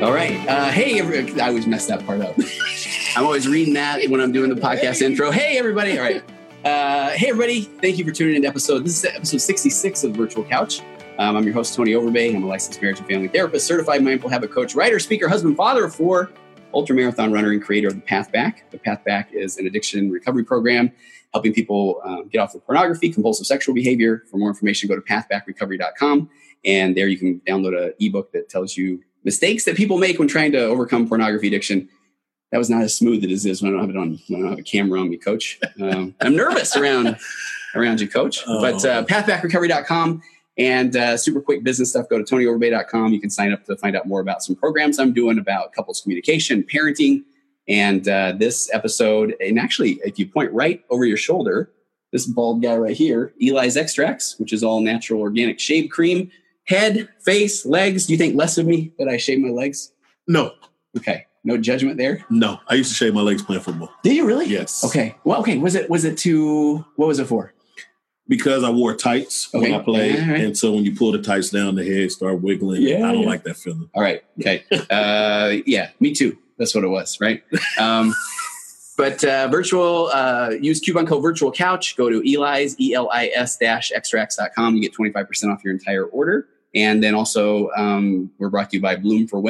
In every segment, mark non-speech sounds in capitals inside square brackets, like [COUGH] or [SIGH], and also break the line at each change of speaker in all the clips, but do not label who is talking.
All right. Uh, hey, every- I always mess that part up. I'm always reading that when I'm doing the podcast intro. Hey, everybody. All right. Uh, hey, everybody. Thank you for tuning in to episode. This is episode 66 of Virtual Couch. Um, I'm your host, Tony Overbay. I'm a licensed marriage and family therapist, certified mindful habit coach, writer, speaker, husband, father of four, ultra marathon runner, and creator of The Path Back. The Path Back is an addiction recovery program helping people um, get off of pornography, compulsive sexual behavior. For more information, go to pathbackrecovery.com. And there you can download an ebook that tells you mistakes that people make when trying to overcome pornography addiction. That was not as smooth as it is when I don't have it on. When I don't have a camera on me, Coach. Um, I'm nervous around around you, Coach.
Oh.
But uh, pathbackrecovery.com and uh, super quick business stuff. Go to tonyoverbay.com. You can sign up to find out more about some programs I'm doing about couples communication, parenting, and uh, this episode. And actually, if you point right over your shoulder, this bald guy right here, Eli's Extracts, which is all natural organic shave cream head, face, legs. Do you think less of me that I shave my legs?
No,
Okay, no judgment there.
no. I used to shave my legs playing football.
Did you really?
Yes.
Okay. Well, okay. Was it was it to what was it for?
Because I wore tights
Okay.
when I played.
All right.
And so when you pull the tights down, the head start wiggling.
Yeah,
I don't
yeah.
like that feeling.
All right. [LAUGHS] Okay. uh, yeah, me too. That's what it was, right? Um, but uh, virtual, uh, use coupon code virtual couch. Go to Eli's, E L I S dash extracts.com. You get 25% off your entire order. And then also, um, we're brought to you by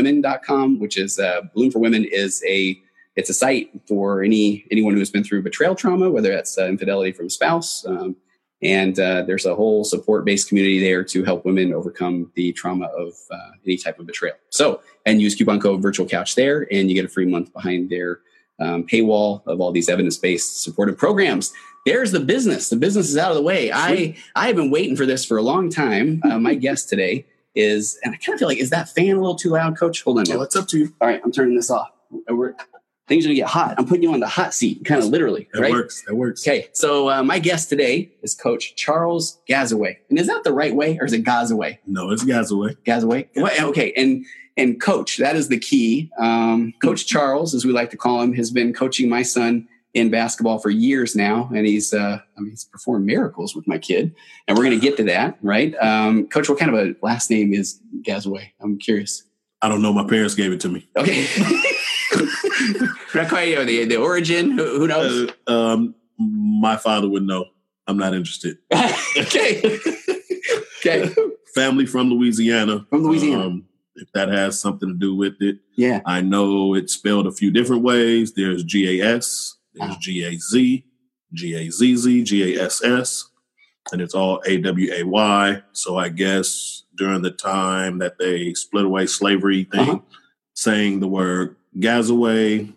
bloomforwomen.com, which is uh, Bloom for Women is a it's a site for any anyone who has been through betrayal trauma, whether that's uh, infidelity from a spouse, um, and uh, there's a whole support based community there to help women overcome the trauma of uh, any type of betrayal. So, and use coupon code virtual couch there, and you get a free month behind their um, paywall of all these evidence based supportive programs. There's the business. The business is out of the way. I I have been waiting for this for a long time. Uh, my guest today is, and I kind of feel like is that fan a little too loud, Coach? Hold on.
Well, it's up to you.
All right, I'm turning this off. We're, things are gonna get hot. I'm putting you on the hot seat, kind of literally,
That
right?
works. That works.
Okay, so uh, my guest today is Coach Charles Gazaway, and is that the right way, or is it Gazaway?
No, it's guys away.
Gazaway. What, okay, and and Coach, that is the key. Um,
Hmm.
Coach Charles, as we like to call him, has been coaching my son in basketball for years now, and he's uh, I mean he's performed miracles with my kid, and we're gonna get to that, right? Um, Coach, what kind of a last name is Gazaway? I'm curious.
I don't know. My parents gave it to me.
Okay. Not quite you know, the, the origin. Who, who knows?
Uh, um, my father would know. I'm not interested.
[LAUGHS] okay. [LAUGHS]
[LAUGHS]
okay.
Family from Louisiana.
From Louisiana.
Um, if that has something to do with it,
Yeah.
I know it's spelled a few different ways. There's G A S,
Ah.
there's G A Z, G A Z Z, G A S S, and it's all A W A Y. So I guess during the time that they split away slavery thing,
Uh-huh.
saying the word Gazaway,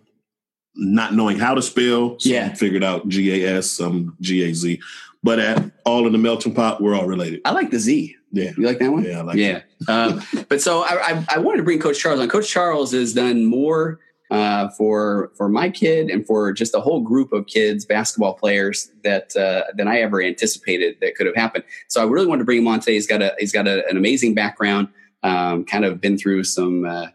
not knowing how to spell, so
Yeah.
figured out G A S, some G A Z. But at all in the melting pot, we're all related.
I like the Z.
Yeah.
You like that one?
Yeah, I like
Mm-hmm. yeah. Um,
[LAUGHS]
but so I, I, I wanted to bring Coach Charles on. Coach Charles has done more uh, for for my kid and for just a whole group of kids, basketball players that uh, than I ever anticipated that could have happened. So I really wanted to bring him on today. He's got a he's got a, an amazing background. Um, kind of been through some uh,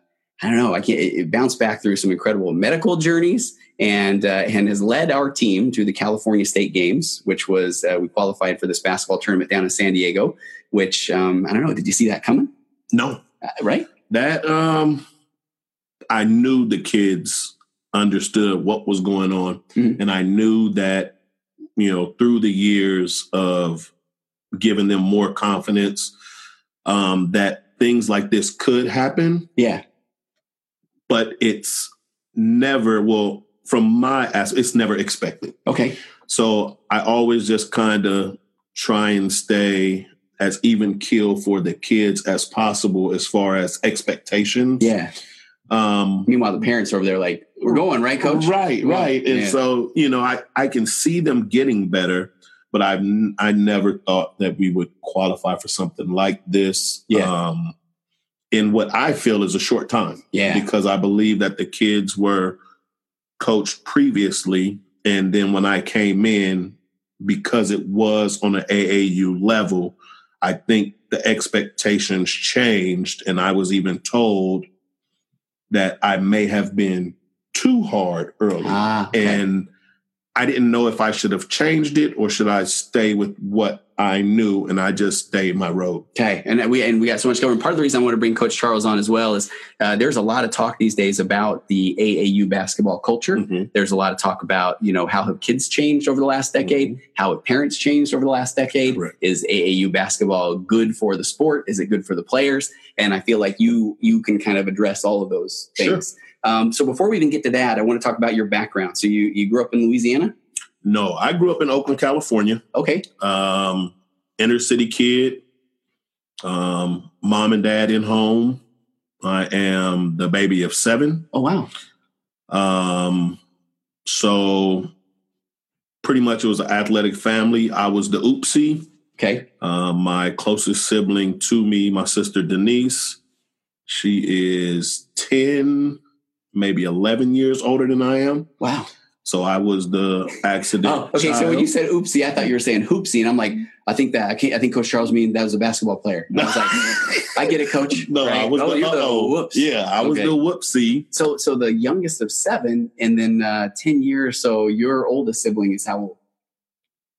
I don't know I can't it it bounced back through some incredible medical journeys. And uh, and has led our team to the California State Games, which was uh, we qualified for this basketball tournament down in San Diego. Which um, I don't know. Did you see that coming?
No,
Uh, right?
That um I knew the kids understood what was going on
Mhm.
and I knew that you know through the years of giving them more confidence um that things like this could happen
Yeah.
but it's never well from my aspect it's never expected.
Okay.
So I always just kind of try and stay as even keel for the kids as possible as far as expectations.
Yeah.
Um
Meanwhile, the parents over there are like, we're going, right, coach?
Right,
Yeah.
right. And
Yeah.
so, you know, I, I can see them getting better, but I've n- I never thought that we would qualify for something like this.
Yeah.
Um, in what I feel is a short time
Yeah.
because I believe that the kids were coached previously. And then when I came in, because it was on an AAU level, I think the expectations changed. And I was even told that I may have been too hard early.
Ah, okay.
And I didn't know if I should have changed it or should I stay with what I knew and I just stayed my road.
Okay, and we and we got so much going. Part of the reason I want to bring Coach Charles on as well is uh, there's a lot of talk these days about the AAU basketball culture.
Mhm.
There's a lot of talk about you know how have kids changed over the last decade, how have parents changed over the last decade.
Mm-hmm. Correct.
Is AAU basketball good for the sport? Is it good for the players? And I feel like you you can kind of address all of those
Sure.
things. Um, so before we even get to that, I want to talk about your background. So you you grew up in Louisiana.
No, I grew up in Oakland, California.
Okay,
um, inner city kid, um, mom and dad in home. I am the baby of seven.
Oh wow.
Um, so pretty much it was an athletic family. I was the oopsie.
Okay.
Uh, my closest sibling to me, my sister Denise, she is 10, maybe 11 years older than I am.
Wow.
So I was the accident.
Oh, okay. So when
child.
you said oopsie, I thought you were saying hoopsie, and I'm like, I think that I can't. I think Coach Charles mean that was a basketball player. And I
[LAUGHS]
was like, I get it, Coach.
No, I
Right?
was
Oh,
the,
you're the
uh-oh.
whoops.
Yeah, I was
Okay.
the whoopsie.
So, so the youngest of seven, and then uh, ten years. So your oldest sibling is how old?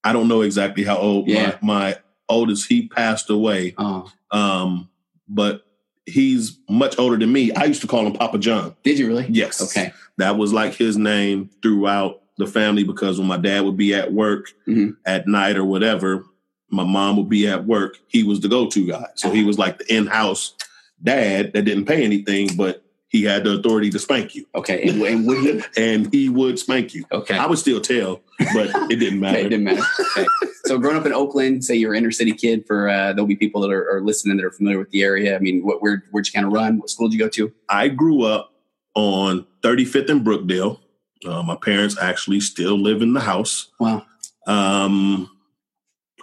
I don't know exactly how old
Yeah.
my, my oldest. He passed away,
Oh,
um, but he's much older than me. I used to call him Papa John.
did you really?
Yes.
Okay.
That was like his name throughout the family because when my dad would be at work
Mhm.
at night or whatever, my mom would be at work. He was the go-to guy, so he was like the in-house dad that didn't pay anything, but he had the authority to spank you,
Okay. And, and would he?
[LAUGHS] and he would spank you.
[LAUGHS] Okay.
I would still tell, but
[LAUGHS]
it didn't matter.
Okay, it didn't matter. Okay. so, growing up in Oakland, say you're an inner city kid. For uh, there'll be people that are, are listening that are familiar with the area. I mean, what where where'd you kind of run? What school did you go to?
I grew up on 35th and Brookdale. Uh, my parents actually still live in the house.
Wow.
Um,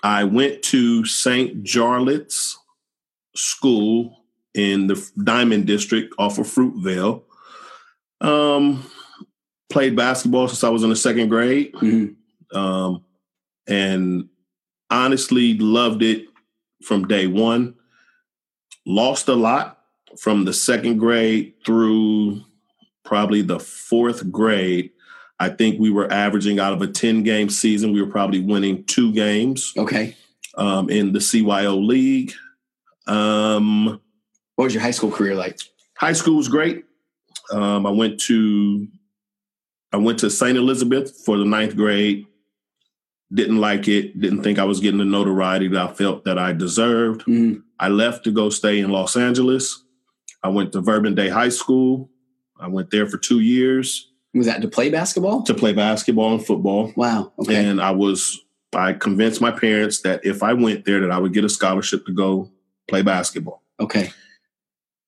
I went to St. Jarlet's School in the Diamond District off of Fruitvale. Um, played basketball since I was in the second grade
Mhm.
um, and honestly loved it from day one. Lost a lot from the second grade through probably the fourth grade. I think we were averaging out of a 10 game season, we were probably winning two games
Okay.
um, in the CYO League. Um,
What was your high school career like?
high school was great. Um, I went to I went to St. Elizabeth for the ninth grade. Didn't like it. Didn't think I was getting the notoriety that I felt that I deserved.
Mhm.
I left to go stay in Los Angeles. I went to Vernon Day High School. I went there for two years
Was that to play basketball?
to play basketball and football.
wow. Okay.
And I was I convinced my parents that if I went there that I would get a scholarship to go play basketball.
okay.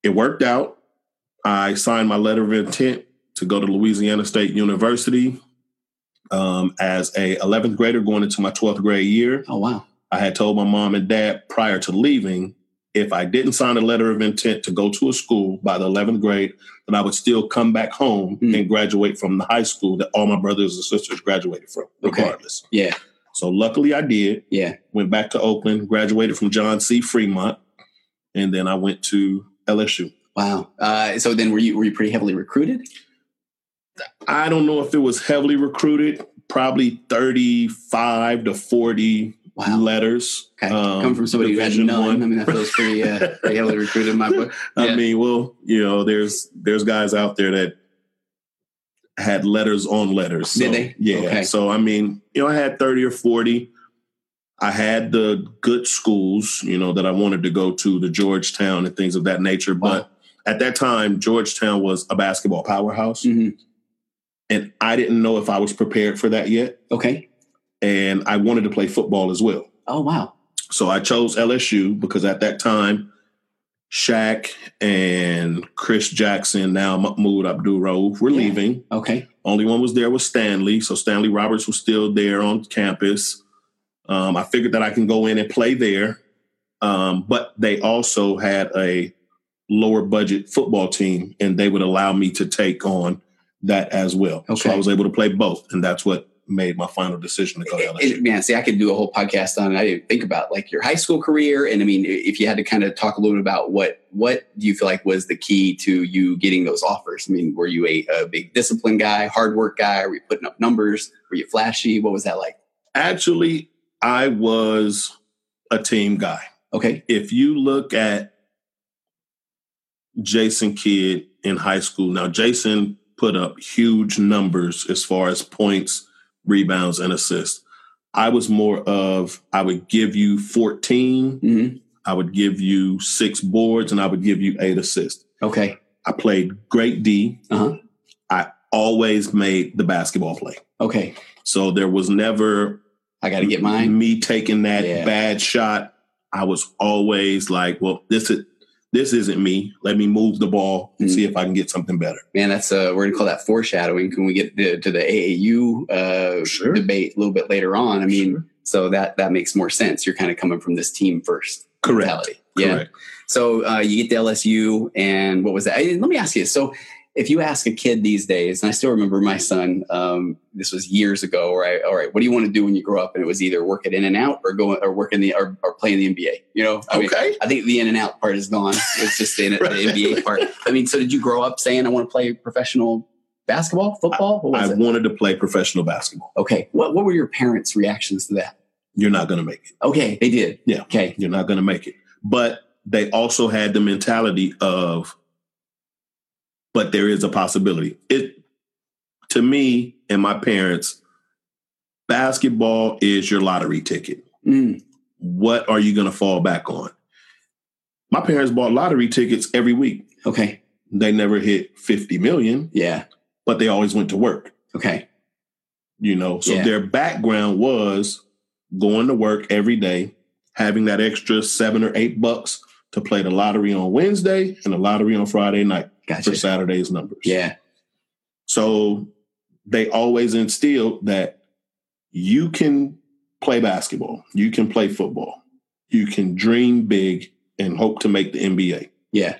it worked out. I signed my letter of intent to go to Louisiana State University um, as a 11th grader going into my 12th grade year.
Oh wow.
I had told my mom and dad prior to leaving if I didn't sign a letter of intent to go to a school by the 11th grade, that I would still come back home
Mm.
and graduate from the high school that all my brothers and sisters graduated from,
Okay.
regardless.
Yeah.
So luckily I did
Yeah.
went back to Oakland, graduated from John C. Fremont, and then I went to LSU.
Wow. Uh, so then, were you were you pretty heavily recruited?
I don't know if it was heavily recruited, probably 35 to 40
Wow.
letters.
Okay.
um,
Come from somebody who had
Division
none.
one.
I mean, that feels pretty
[LAUGHS]
uh, pretty heavily recruited in my book. Yeah.
I mean, well, you know, there's there's guys out there that had letters on letters. So,
Did they?
Yeah.
Okay.
So I mean, you know, I had 30 or 40. I had the good schools, you know, that I wanted to go to, the Georgetown and things of that nature. But at that time, Georgetown was a basketball powerhouse.
Mhm.
And I didn't know if I was prepared for that yet.
Okay.
and I wanted to play football as well.
Oh wow.
So I chose LSU because at that time, Shaq and Chris Jackson, now Mahmoud Abdul Rauf, were
Yeah.
leaving.
Okay.
Only one was there was Stanley. So Stanley Roberts was still there on campus. Um, I figured that I can go in and play there. Um, but they also had a lower budget football team, and they would allow me to take on that as well. So
Okay.
I was able to play both, and that's what made my final decision to go to LSU.
It- man, see, I could do a whole podcast on. it. I didn't think about like your high school career, and I mean, i- if you had to kind of talk a little bit about what what do you feel like was the key to you getting those offers? I mean, were you a, a big discipline guy, hard work guy? Were you putting up numbers? Were you flashy? What was that like?
Actually, I was a team guy.
Okay,
If you look at Jason Kidd in high school, now Jason put up huge numbers as far as points, rebounds, and assists. I was more of I would give you 14,
hmm
I would give you six boards, and I would give you eight assists.
okay,
I played great D.
Uh-huh.
I always made the basketball play.
okay.
So there was never
I got to get mine.
Me taking that
Yeah.
bad shot, I was always like, "Well, this is this isn't me. Let me move the ball and
Mm.
see if I can get something better."
Man, that's uh, we're gonna call that foreshadowing. Can we get the, to the AAU uh,
Sure.
debate a little bit later on? I mean,
Sure.
so that that makes more sense. You're kind of coming from this team first
Correct.
mentality. Yeah.
Correct.
So uh, you get to LSU, and what was that? And let me ask you. So if you ask a kid these days, and I still remember my son, um, this was years ago, where I, all right, what do you want to do when you grow up? And it was either work at In and Out or go or work in the or, or play in the NBA. You know, I mean,
Okay.
I think the in and out part is gone. It's just the,
[LAUGHS] Right.
the NBA part. I mean, so did you grow up saying I want to play professional basketball, football? What was
I
it?
wanted to play professional basketball.
Okay. What What were your parents' reactions to that?
You're not going to make it.
Okay, they did.
Yeah.
Okay.
You're not going to make it. But they also had the mentality of, but there is a possibility. It to me and my parents, basketball is your lottery ticket.
Mm,
what are you going to fall back on? My parents bought lottery tickets every week.
okay.
They never hit 50 million,
Yeah.
but they always went to work,
Okay.
you know? So
Yeah.
their background was going to work every day, having that extra seven or eight bucks to play the lottery on Wednesday and the lottery on Friday night for
Gotcha.
Saturday's numbers.
Yeah.
So they always instilled that you can play basketball, you can play football, you can dream big and hope to make the NBA.
Yeah.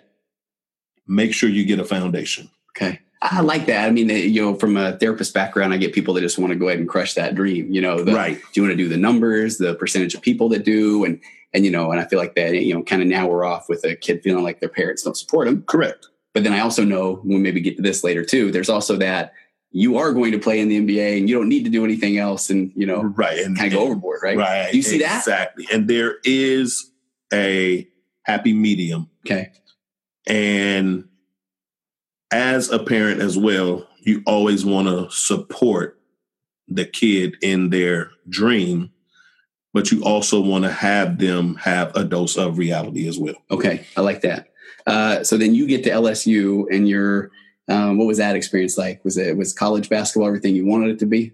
Make sure you get a foundation.
Okay. I I like that. I mean, they- you know, from a therapist background, I get people that just want to go ahead and crush that dream. You know, the,
right.
do you want to do the numbers the percentage of people that do and and you know and i feel like that you know kind of now we're off with a kid feeling like their parents don't support them
Correct.
but then i also know we'll maybe get to this later too there's also that you are going to play in the nba and you don't need to do anything else and you know
Right. And
kind of go overboard right,
Right.
Do you see that?
exactly. And there is a happy medium.
Okay.
And as a parent as well, you always want to support the kid in their dream, but you also want to have them have a dose of reality as well.
okay i like that uh, so then you get to lsu and you're um, what was that experience like was it was college basketball everything you wanted it to be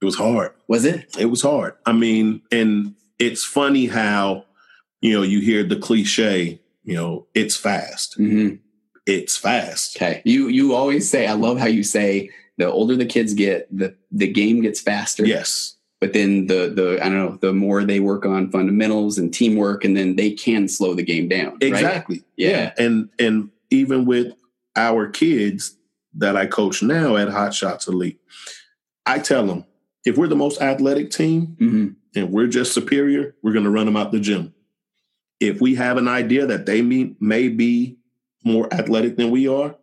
It was hard.
was it
It was hard. I mean, and it's funny how, you know, you hear the cliche, you know, it's fast.
mm-hmm.
It's fast.
Okay. You you always say I love how you say the older the kids get, the the game gets faster.
Yes.
But then the the I don't know, the more they work on fundamentals and teamwork and then they can slow the game down. Right?
Exactly.
Yeah.
and and even with our kids that I coach now at Hot Shots Elite, I tell them if we're the most athletic team
hmm
and we're just superior, we're going to run them out the gym. If we have an idea that they may, may be more athletic than we are,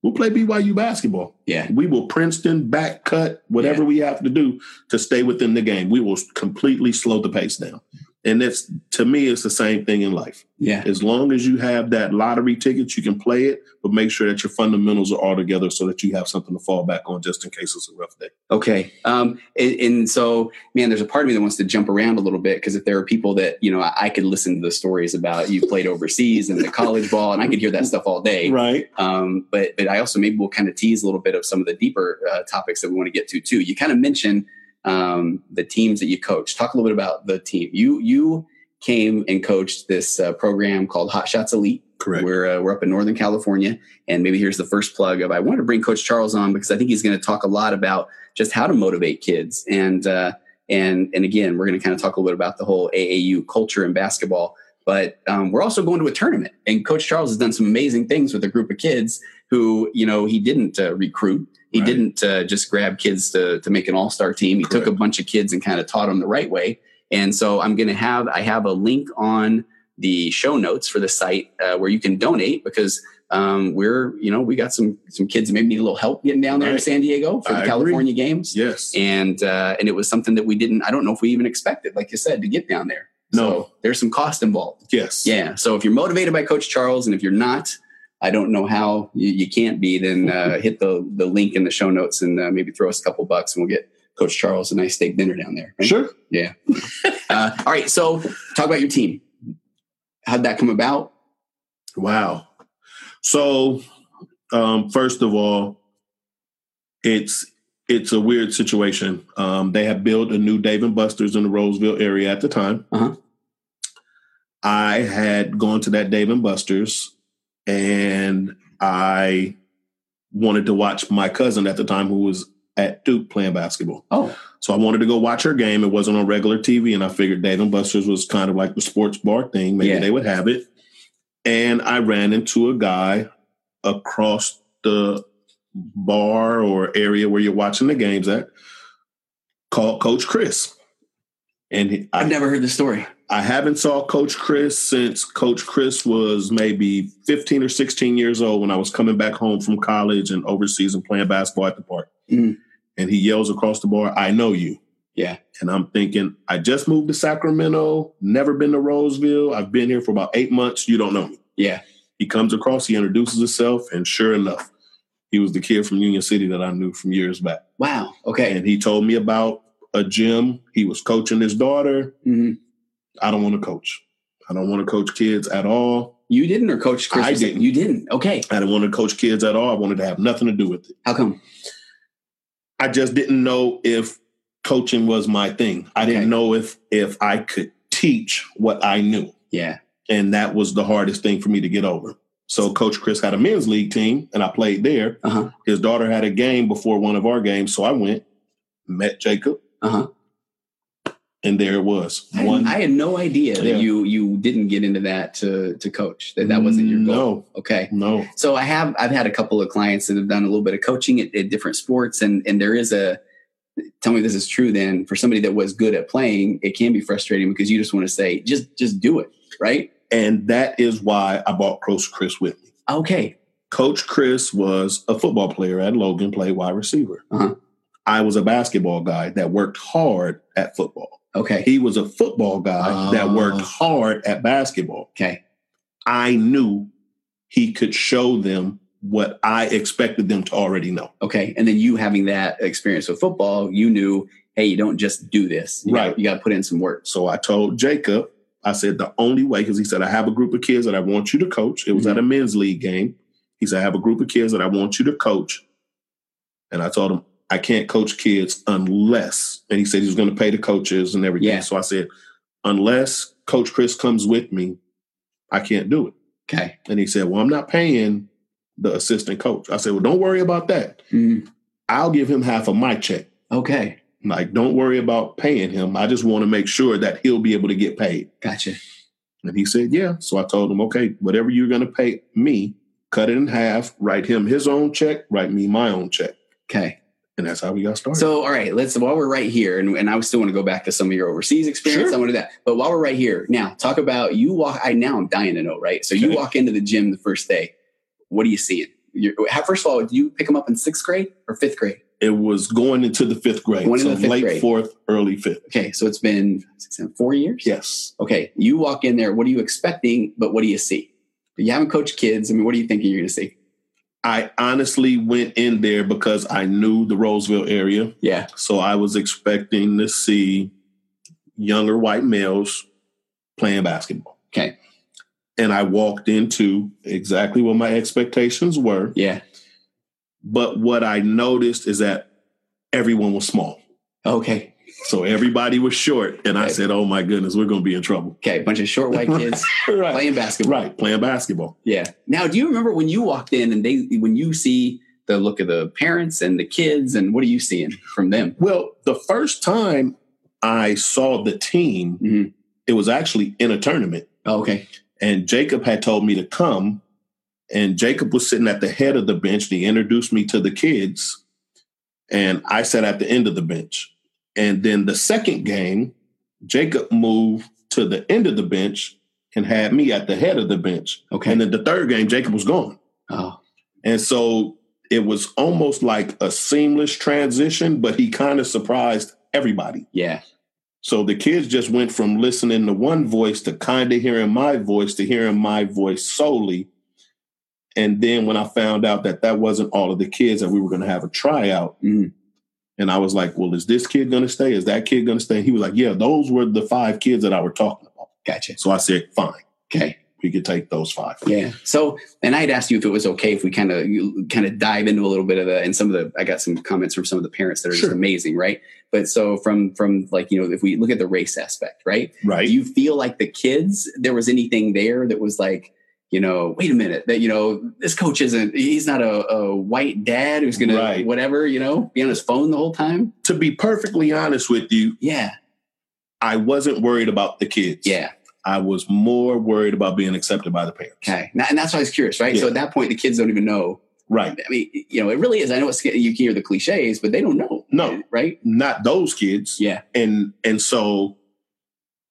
we'll play BYU basketball.
Yeah.
We will Princeton back cut whatever we have to do to stay within the game. We will completely slow the pace down. And that's to me, it's the same thing in life.
Yeah.
As long as you have that lottery ticket, you can play it, but make sure that your fundamentals are all together so that you have something to fall back on just in case it's a rough day.
Okay. Um, and, and so, man, there's a part of me that wants to jump around a little bit because if there are people that, you know, I, I could listen to the stories about you played overseas and the college ball, and I could hear that stuff all day.
Right.
Um, but but I also maybe we'll kind of tease a little bit of some of the deeper uh, topics that we want to get to too. You kind of mentioned um, the teams that you coach. Talk a little bit about the team. You you came and coached this uh, program called Hot Shots Elite.
Correct.
We're uh, we're up in Northern California, and maybe here's the first plug of I wanted to bring Coach Charles on because I think he's going to talk a lot about just how to motivate kids and uh, and and again we're going to kind of talk a little bit about the whole AAU culture in basketball. But um, we're also going to a tournament, and Coach Charles has done some amazing things with a group of kids who you know he didn't uh, recruit. He
Right.
didn't uh, just grab kids to to make an all star team. He took a
Correct.
bunch of kids and kind of taught them the right way. And so I'm going to have I have a link on the show notes for the site uh, where you can donate because um, we're you know we got some some kids that maybe need a little help getting down there to
Right.
San Diego for the
I agree.
California games.
Yes.
And uh, and it was something that we didn't. I don't know if we even expected, like you said, to get down there.
No.
so there's some cost involved.
yes.
Yeah. So if you're motivated by Coach Charles, and if you're not, I don't know how you, you can't be. Then
[LAUGHS]
uh, hit the the link in the show notes and uh, maybe throw us a couple bucks, and we'll get Coach Charles a nice steak dinner down there. right?
Sure.
Uh, all right. So talk about your team. How'd that come about?
Wow. So, um, first of all, it's it's a weird situation. Um, they have built a new Dave and Buster's in the Roseville area at the time.
Uh-huh.
I had gone to that Dave and Buster's, and I wanted to watch my cousin at the time, who was at Duke playing basketball.
Oh,
So I wanted to go watch her game. It wasn't on regular TV, and I figured Dave and Buster's was kind of like the sports bar thing. Maybe
Yeah.
they would have it. And I ran into a guy across the bar or area where you're watching the games at, called Coach Chris. And he,
I've
I,
never heard the story.
I haven't saw Coach Chris since Coach Chris was maybe 15 or 16 years old when I was coming back home from college and overseas and playing basketball at the park.
Mm.
And he yells across the bar, I know you.
Yeah.
And I'm thinking, I just moved to Sacramento, never been to Roseville. I've been here for about eight months. You don't know me.
Yeah.
He comes across, he introduces himself, and sure enough, he was the kid from Union City that I knew from years back.
Wow. Okay.
And he told me about a gym. He was coaching his daughter.
Mhm.
I don't want to coach. I don't want to coach kids at all.
You didn't, or Coach Chris?
I
was like,
didn't.
You didn't. Okay.
I didn't want to coach kids at all. I wanted to have nothing to do with it.
How come?
I just didn't know if coaching was my thing. I
Okay.
didn't know if if I could teach what I knew.
Yeah.
And that was the hardest thing for me to get over. So Coach Chris had a men's league team and I played there.
Uh-huh.
His daughter had a game before one of our games. So I went, met Jacob.
Uh-huh.
And there it was.
I, I had no idea that
Yeah.
you you didn't get into that to to coach. That that wasn't your goal. Okay.
No, no.
So I have I've had a couple of clients that have done a little bit of coaching at, at different sports, and and there is a tell me if this is true. Then for somebody that was good at playing, it can be frustrating because you just want to say just just do it, right?
And that is why I bought Coach Chris with me.
Okay,
Coach Chris was a football player at Logan, played wide receiver.
Uh-huh.
I was a basketball guy that worked hard at football.
okay,
He was a football guy that worked
Oh.
hard at basketball.
okay,
I knew he could show them what I expected them to already know.
okay. And then you having that experience with football, you knew, hey, you don't just do this, You
Right.
gotta- you got to put in some work.
So I told Jacob, I said, the only way, because he said, I have a group of kids that I want you to coach. It was at a men's league game. He said, I have a group of kids that I want you to coach. And I told him, I can't coach kids unless, and he said he was going to pay the coaches and everything.
Yeah.
So I said, unless Coach Chris comes with me, I can't do it.
Okay,
And he said, Well, I'm not paying the assistant coach. I said, Well, don't worry about that.
Mm,
I'll give him half of my check.
okay,
Like, don't worry about paying him. I just want to make sure that he'll be able to get paid.
gotcha.
And he said, Yeah. So I told him, Okay, whatever you're going to pay me, cut it in half, write him his own check, write me my own check.
Okay.
And that's how we got started.
So, all right, let's while we're right here, and, and I still want to go back to some of your overseas experience.
Sure.
I want to do that, but while we're right here, now talk about you walk. I now I'm dying to know, right? So you
Okay.
walk into the gym the first day. What are you seeing? You're, how- first of all, do you pick them up in sixth grade or fifth grade?
it was going into the fifth grade.
Going into
so
the fifth
late
grade.
fourth, early fifth.
Okay, so it's been six, seven, four years.
Yes.
Okay, you walk in there. What are you expecting? But what do you see? You haven't coached kids. I mean, what are you thinking you're going to see?
I honestly went in there because I knew the Roseville area.
Yeah.
So I was expecting to see younger white males playing basketball.
Okay.
And I walked into exactly what my expectations were.
Yeah.
But what I noticed is that everyone was small.
Okay.
So everybody was short. And I
Right.
said, oh my goodness, we're going to be in trouble.
Okay. Bunch of short white kids
[LAUGHS] Right.
playing basketball.
Right. Playing basketball.
Yeah. Now, do you remember when you walked in and they, when you see the look of the parents and the kids, and what are you seeing from them?
Well, the first time I saw the team,
Mhm.
it was actually in a tournament.
Oh, okay.
And Jacob had told me to come. And Jacob was sitting at the head of the bench. And he introduced me to the kids. and I sat at the end of the bench. And then the second game, Jacob moved to the end of the bench and had me at the head of the bench.
Okay.
And then the third game, Jacob was gone.
oh,
And so it was almost like a seamless transition, but he kind of surprised everybody.
yeah.
So the kids just went from listening to one voice to kind of hearing my voice to hearing my voice solely. And then when I found out that that wasn't all of the kids that we were going to have a tryout,
Mhm.
and I was like, "Well, is this kid going to stay? Is that kid going to stay?" And he was like, "Yeah, those were the five kids that I were talking about."
Gotcha.
So I said, "Fine,
Okay.
we could take those five.
Yeah. So, and I had asked you if it was okay if we kind of kind of dive into a little bit of the and some of the I got some comments from some of the parents that are just
Sure.
amazing, right? But so from from like you know if we look at the race aspect, right?
Right?
Do you feel like the kids there was anything there that was like you know wait a minute that you know this coach isn't he's not a, a white dad who's gonna
Right.
whatever you know be on his phone the whole time?
to be perfectly honest with you,
Yeah.
I wasn't worried about the kids.
Yeah.
I was more worried about being accepted by the parents.
Okay. And that's why I was curious, right?
Yeah.
So at that point, the kids don't even know.
Right?
I mean, you know, it really is. I know it's you hear the cliches, but they don't know.
No.
Right.
Not those kids.
Yeah.
and and so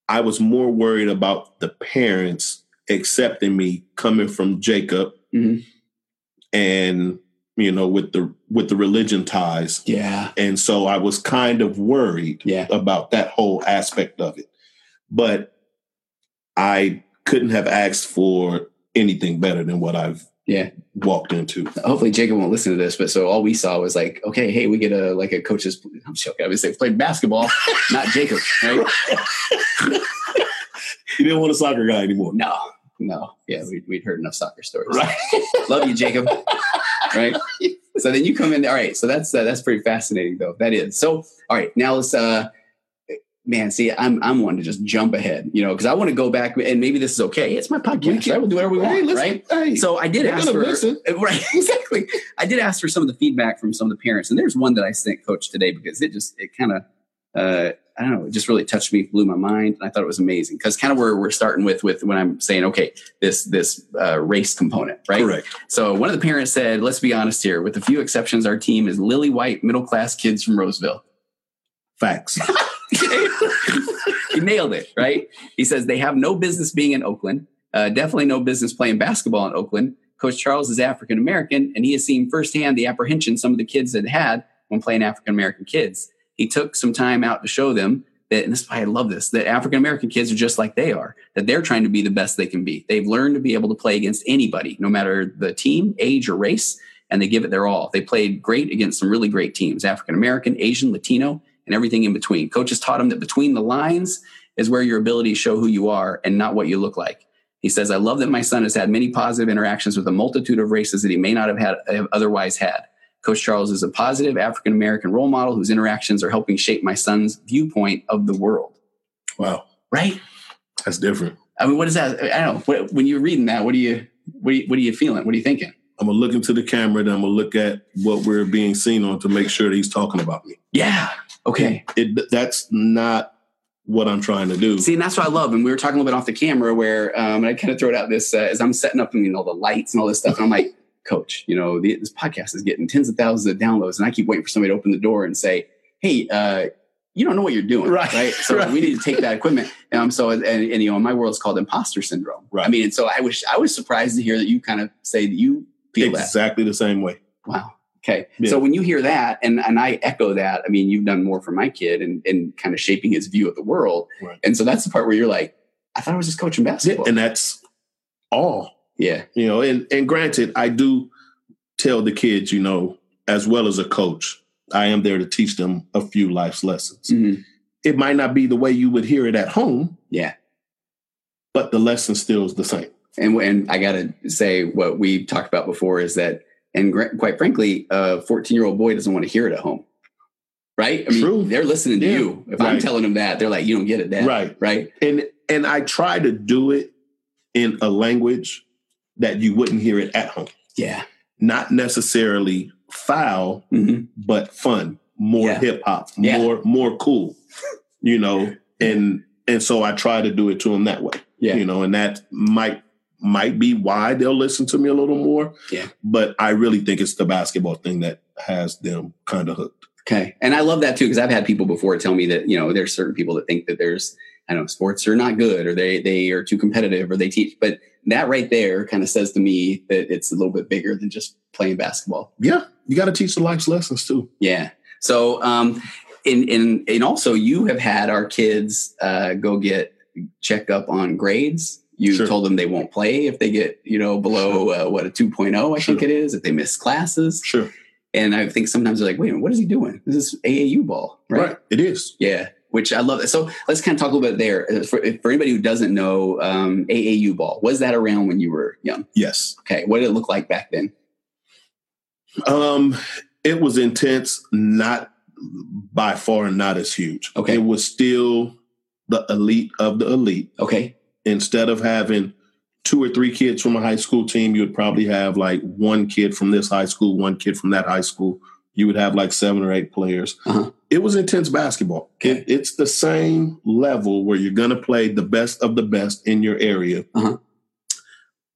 I was more worried about the parents accepting me coming from Jacob
Mhm.
and you know with the with the religion ties
Yeah.
and so I was kind of worried
Yeah.
about that whole aspect of it but I couldn't have asked for anything better than what I've
Yeah.
walked into
Hopefully Jacob won't listen to this, but so all we saw was like, okay, hey, we get a like a coach's. I'm joking. I would say played
[LAUGHS]
basketball, not Jacob, right?
you didn't want a soccer guy anymore
No, no, yeah, we, we'd heard enough soccer stories.
right
[LAUGHS] Love you, Jacob.
[LAUGHS]
right. So then you come in. All right. So that's uh, that's pretty fascinating, though. That is. So all right. Now let's. uh Man, see, I'm I'm wanting to just jump ahead, you know, because I want to go back and maybe this is okay. It's my podcast,
can-
right? We'll do whatever we
Hey,
want,
listen,
right?
hey,
So I did
they're
ask
gonna
for
miss it.
[LAUGHS] right exactly i did ask for some of the feedback from some of the parents and there's one that i sent coach today because it just it kind of uh, i don't know it just really touched me blew my mind and i thought it was amazing because kind of where we're starting with with when i'm saying okay this this uh, race component right
correct
so one of the parents said let's be honest here with a few exceptions our team is lily white middle class kids from roseville [LAUGHS]
facts
he nailed it, right? He says they have no business being in Oakland. Uh, definitely no business playing basketball in Oakland. Coach Charles is African American, and he has seen firsthand the apprehension some of the kids had had when playing African American kids. He took some time out to show them that, and this is why I love this, that African American kids are just like they are, that they're trying to be the best they can be. They've learned to be able to play against anybody, no matter the team, age, or race, and they give it their all. They played great against some really great teams African American, Asian, Latino, and everything in between. Coaches taught him that between the lines is where your abilities show who you are and not what you look like. He says, I love that my son has had many positive interactions with a multitude of races that he may not have, had, have otherwise had. Coach Charles is a positive African American role model whose interactions are helping shape my son's viewpoint of the world.
wow
Right?
that's different
I mean, what is that? I don't know. What, when you're reading that, what do you, what, do you, what are you feeling? What are you thinking?
I'm gonna look into the camera and I'm gonna look at what we're being seen on to make sure that he's talking about me.
Yeah. Okay.
It that's not what I'm trying to do.
See, and that's what I love. And we were talking a little bit off the camera where, um, and I kind of throw it out this uh, as I'm setting up, you know, the lights and all this stuff. And I'm like, [LAUGHS] Coach, you know, the, this podcast is getting tens of thousands of downloads, and I keep waiting for somebody to open the door and say, "Hey, uh, you don't know what you're doing,
Right,
So
right.
we need to take that equipment." Um, so, and, and, you know, my world's called imposter syndrome.
Right.
I mean, and so I was I was surprised to hear that you kind of say that you feel that.
exactly the same way.
Wow. Okay.
Yeah.
So when you hear that, and and I echo that, I mean, you've done more for my kid and and kind of shaping his view of the world.
Right.
And so that's the part where you're like, I thought I was just coaching basketball.
And that's all.
yeah.
You know, and, and granted, I do tell the kids, you know, as well as a coach, I am there to teach them a few life's lessons.
Mhm.
It might not be the way you would hear it at home,
Yeah.
but the lesson still is the same.
And and I gotta say what we talked about before is that, and gr- quite frankly, a 14 year old boy doesn't want to hear it at home, right? I mean,
True.
They're listening to
Yeah.
you. If I'm
Right.
telling them that, they're like, you don't get it, Dad.
Right.
Right.
and and I try to do it in a language that you wouldn't hear it at home.
Yeah.
Not necessarily foul,
Mhm.
but fun, more
Yeah.
hip hop,
Yeah.
more more cool. You know, and and so I try to do it to them that way.
Yeah.
You know, and that might might be why they'll listen to me a little more.
Yeah.
But I really think it's the basketball thing that has them kind of hooked.
Okay. And I love that too, because I've had people before tell me that, you know, there's certain people that think that there's, I don't know, sports are not good or they, they are too competitive or they teach. But that right there kind of says to me that it's a little bit bigger than just playing basketball.
Yeah, you got to teach the life's lessons too.
Yeah. So, um, and, and, and also you have had our kids, uh, go get checked up on grades. You
Sure.
told them they won't play if they get, you know, below uh, what a 2.0, I think
Sure.
it is, if they miss classes.
Sure,
And I think sometimes they're like, wait a minute, what is he doing? This is AAU ball,
right?
right.
It is.
Yeah, which I love. So let's kind of talk a little bit there Uh, for, for anybody who doesn't know. Um, AAU ball was that around when you were young?
Yes.
Okay, what did it look like back then?
Um, it was intense, not by far not as huge.
Okay.
It was still the elite of the elite.
Okay,
Instead of having two or three kids from a high school team, you would probably have like one kid from this high school, one kid from that high school. You would have like seven or eight players.
Uh-huh.
It was intense basketball.
Okay.
It, it's the same level where you're going to play the best of the best in your area.
Uh-huh.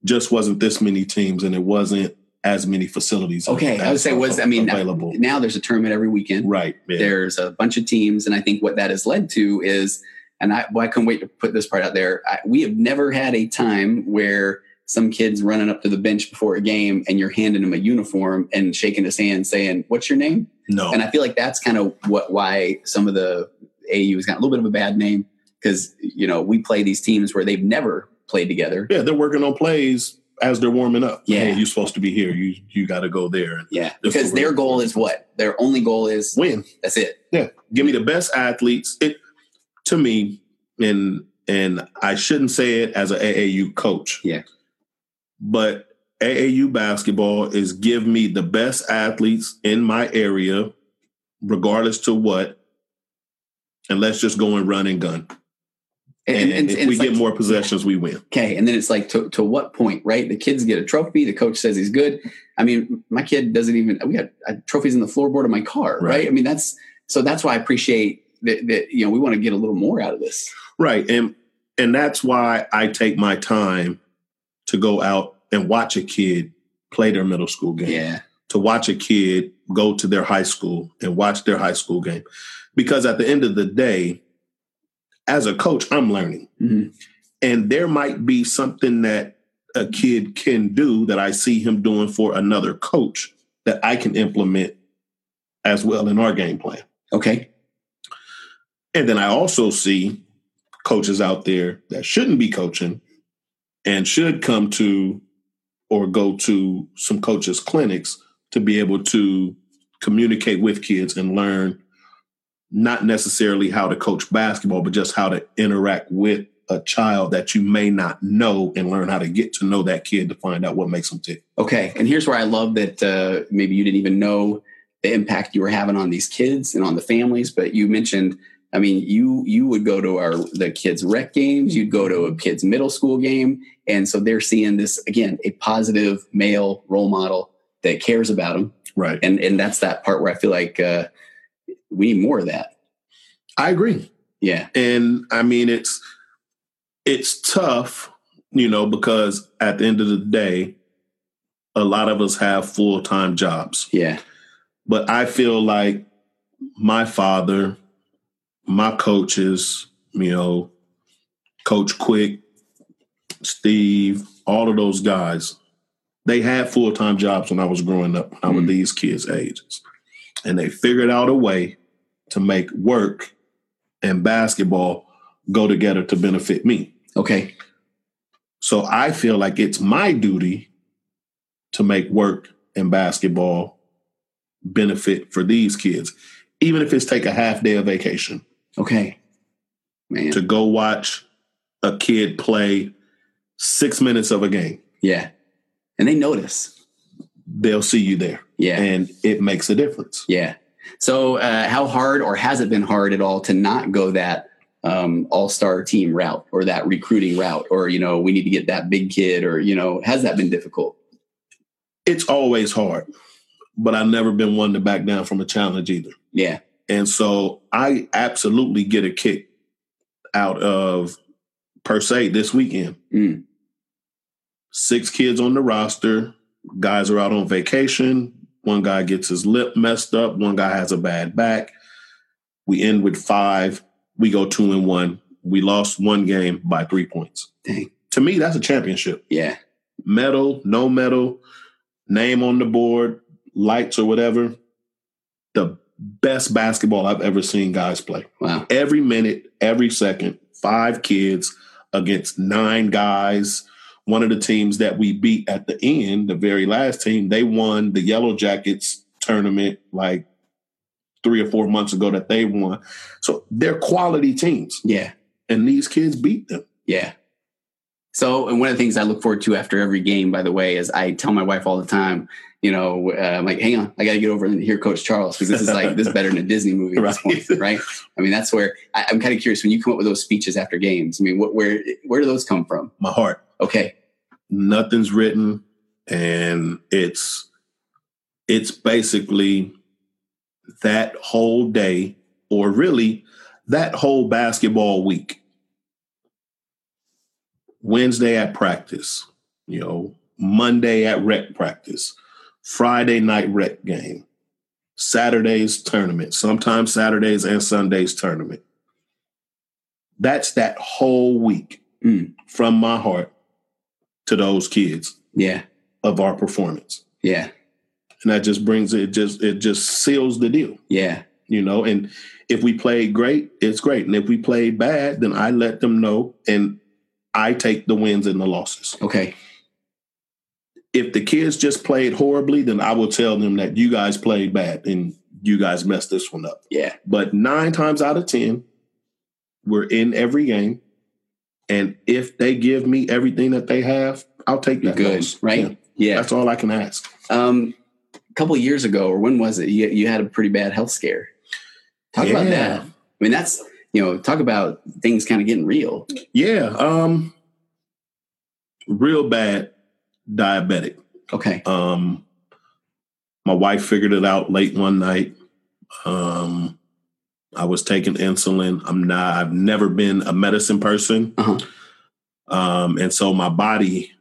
Just wasn't this many teams, and it wasn't as many facilities.
Okay, I would say was- I mean,
available.
[LAUGHS] now there's a tournament every weekend.
Right. man.
There's a bunch of teams, and I think what that has led to is, and I, well, I couldn't wait to put this part out there. I, we have never had a time where some kids running up to the bench before a game, and you're handing him a uniform and shaking his hand, saying, "What's your name?"
No.
and I feel like that's kind of what why some of the AU has got a little bit of a bad name because you know we play these teams where they've never played together.
yeah, they're working on plays as they're warming up.
Yeah.
Hey, you're supposed to be here. You you got to go there and
Yeah,
That's
because
the way-
their goal is what their only goal is.
win.
That's it.
Give me the best athletes. It to me, and and I shouldn't say it as an AAU coach.
Yeah.
But AAU basketball is give me the best athletes in my area, regardless to what, and let's just go and run and gun.
And,
And,
and, and,
if
it's
we
like,
get more possessions, we win.
okay, and then it's like to, to what point, right? The kids get a trophy. The coach says he's good. I mean, my kid doesn't even. We had uh, trophies in the floorboard of my car, right?
Right.
I mean, that's so that's why I appreciate that. that you know, we want to get a little more out of this.
Right. And and that's why I take my time to go out and watch a kid play their middle school game.
Yeah,
To watch a kid go to their high school and watch their high school game. Because at the end of the day, as a coach, I'm learning.
Mhm.
And there might be something that a kid can do that I see him doing for another coach that I can implement as well in our game plan.
okay,
And then I also see coaches out there that shouldn't be coaching and should come to or go to some coaches' clinics to be able to communicate with kids and learn not necessarily how to coach basketball, but just how to interact with a child that you may not know and learn how to get to know that kid to find out what makes them tick.
Okay, and here's where I love that uh, maybe you didn't even know the impact you were having on these kids and on the families, but you mentioned. I mean, you you would go to our the kids' rec games, you'd go to a kid's middle school game, and so they're seeing this again a positive male role model that cares about them,
Right.
and and that's that part where I feel like uh, we need more of that.
I agree.
Yeah,
and i mean it's it's tough you know because at the end of the day a lot of us have full-time jobs
yeah,
but i feel like my father my coaches you know coach quick steve all of those guys they had full-time jobs when i was growing up when i was
Mhm.
these kids ages and they figured out a way to make work and basketball go together to benefit me
okay,
so i feel like it's my duty to make work and basketball benefit for these kids even if it's take a half day of vacation
okay, man,
to go watch a kid play six minutes of a game.
yeah, and they notice.
They'll see you there,
Yeah,
and it makes a difference.
Yeah. So, uh, how hard or has it been hard at all to not go that um, all star team route or that recruiting route or, you know, we need to get that big kid or, you know, has that been difficult?
It's always hard, but I've never been one to back down from a challenge either.
Yeah.
And so I absolutely get a kick out of per se this weekend.
Mm.
Six kids on the roster, guys are out on vacation, One guy gets his lip messed up. One guy has a bad back. We end with five. We go two and one. We lost one game by three points.
Dang.
To me, that's a championship.
Yeah.
Medal, no medal, name on the board, lights or whatever. The best basketball I've ever seen guys play.
Wow.
Every minute, every second, five kids against nine guys. One of the teams that we beat at the end, the very last team, they won the Yellow Jackets tournament like three or four months ago that they won. So they're quality teams,
Yeah.
and these kids beat them.
Yeah. So, and one of the things I look forward to after every game, by the way, is I tell my wife all the time, you know, uh, I'm like, hang on, I got to get over and hear Coach Charles because this is like, this is better than a Disney movie at this
Right.
point, right? I mean, that's where I, I'm kind of curious when you come up with those speeches after games. I mean, what, where, where do those come from?
My heart.
Okay.
nothing's written and it's it's basically that whole day or really that whole basketball week wednesday at practice you know monday at rec practice friday night rec game saturday's tournament sometimes saturdays and sundays tournament that's that whole week
Mm.
from my heart to those kids
Yeah.
of our performance
Yeah.
and that just brings it just it just seals the deal
Yeah.
you know and if we played great it's great and if we played bad then i let them know and i take the wins and the losses
Okay.
if the kids just played horribly then i will tell them that you guys played bad and you guys messed this one up
Yeah.
but nine times out of ten we're in every game and if they give me everything that they have i'll take
You're
that
good.
loss.
Right.
Yeah,
Yeah.
that's all i can ask
Um, a couple of years ago, or when was it? You, you had a pretty bad health scare. Talk about
Yeah.
that. I mean, that's you know, talk about things kind of getting real.
Yeah, um real bad diabetic.
Okay.
Um my wife figured it out late one night. Um I was taking insulin. I'm not I've never been a medicine person.
Uh-huh.
Um and so my body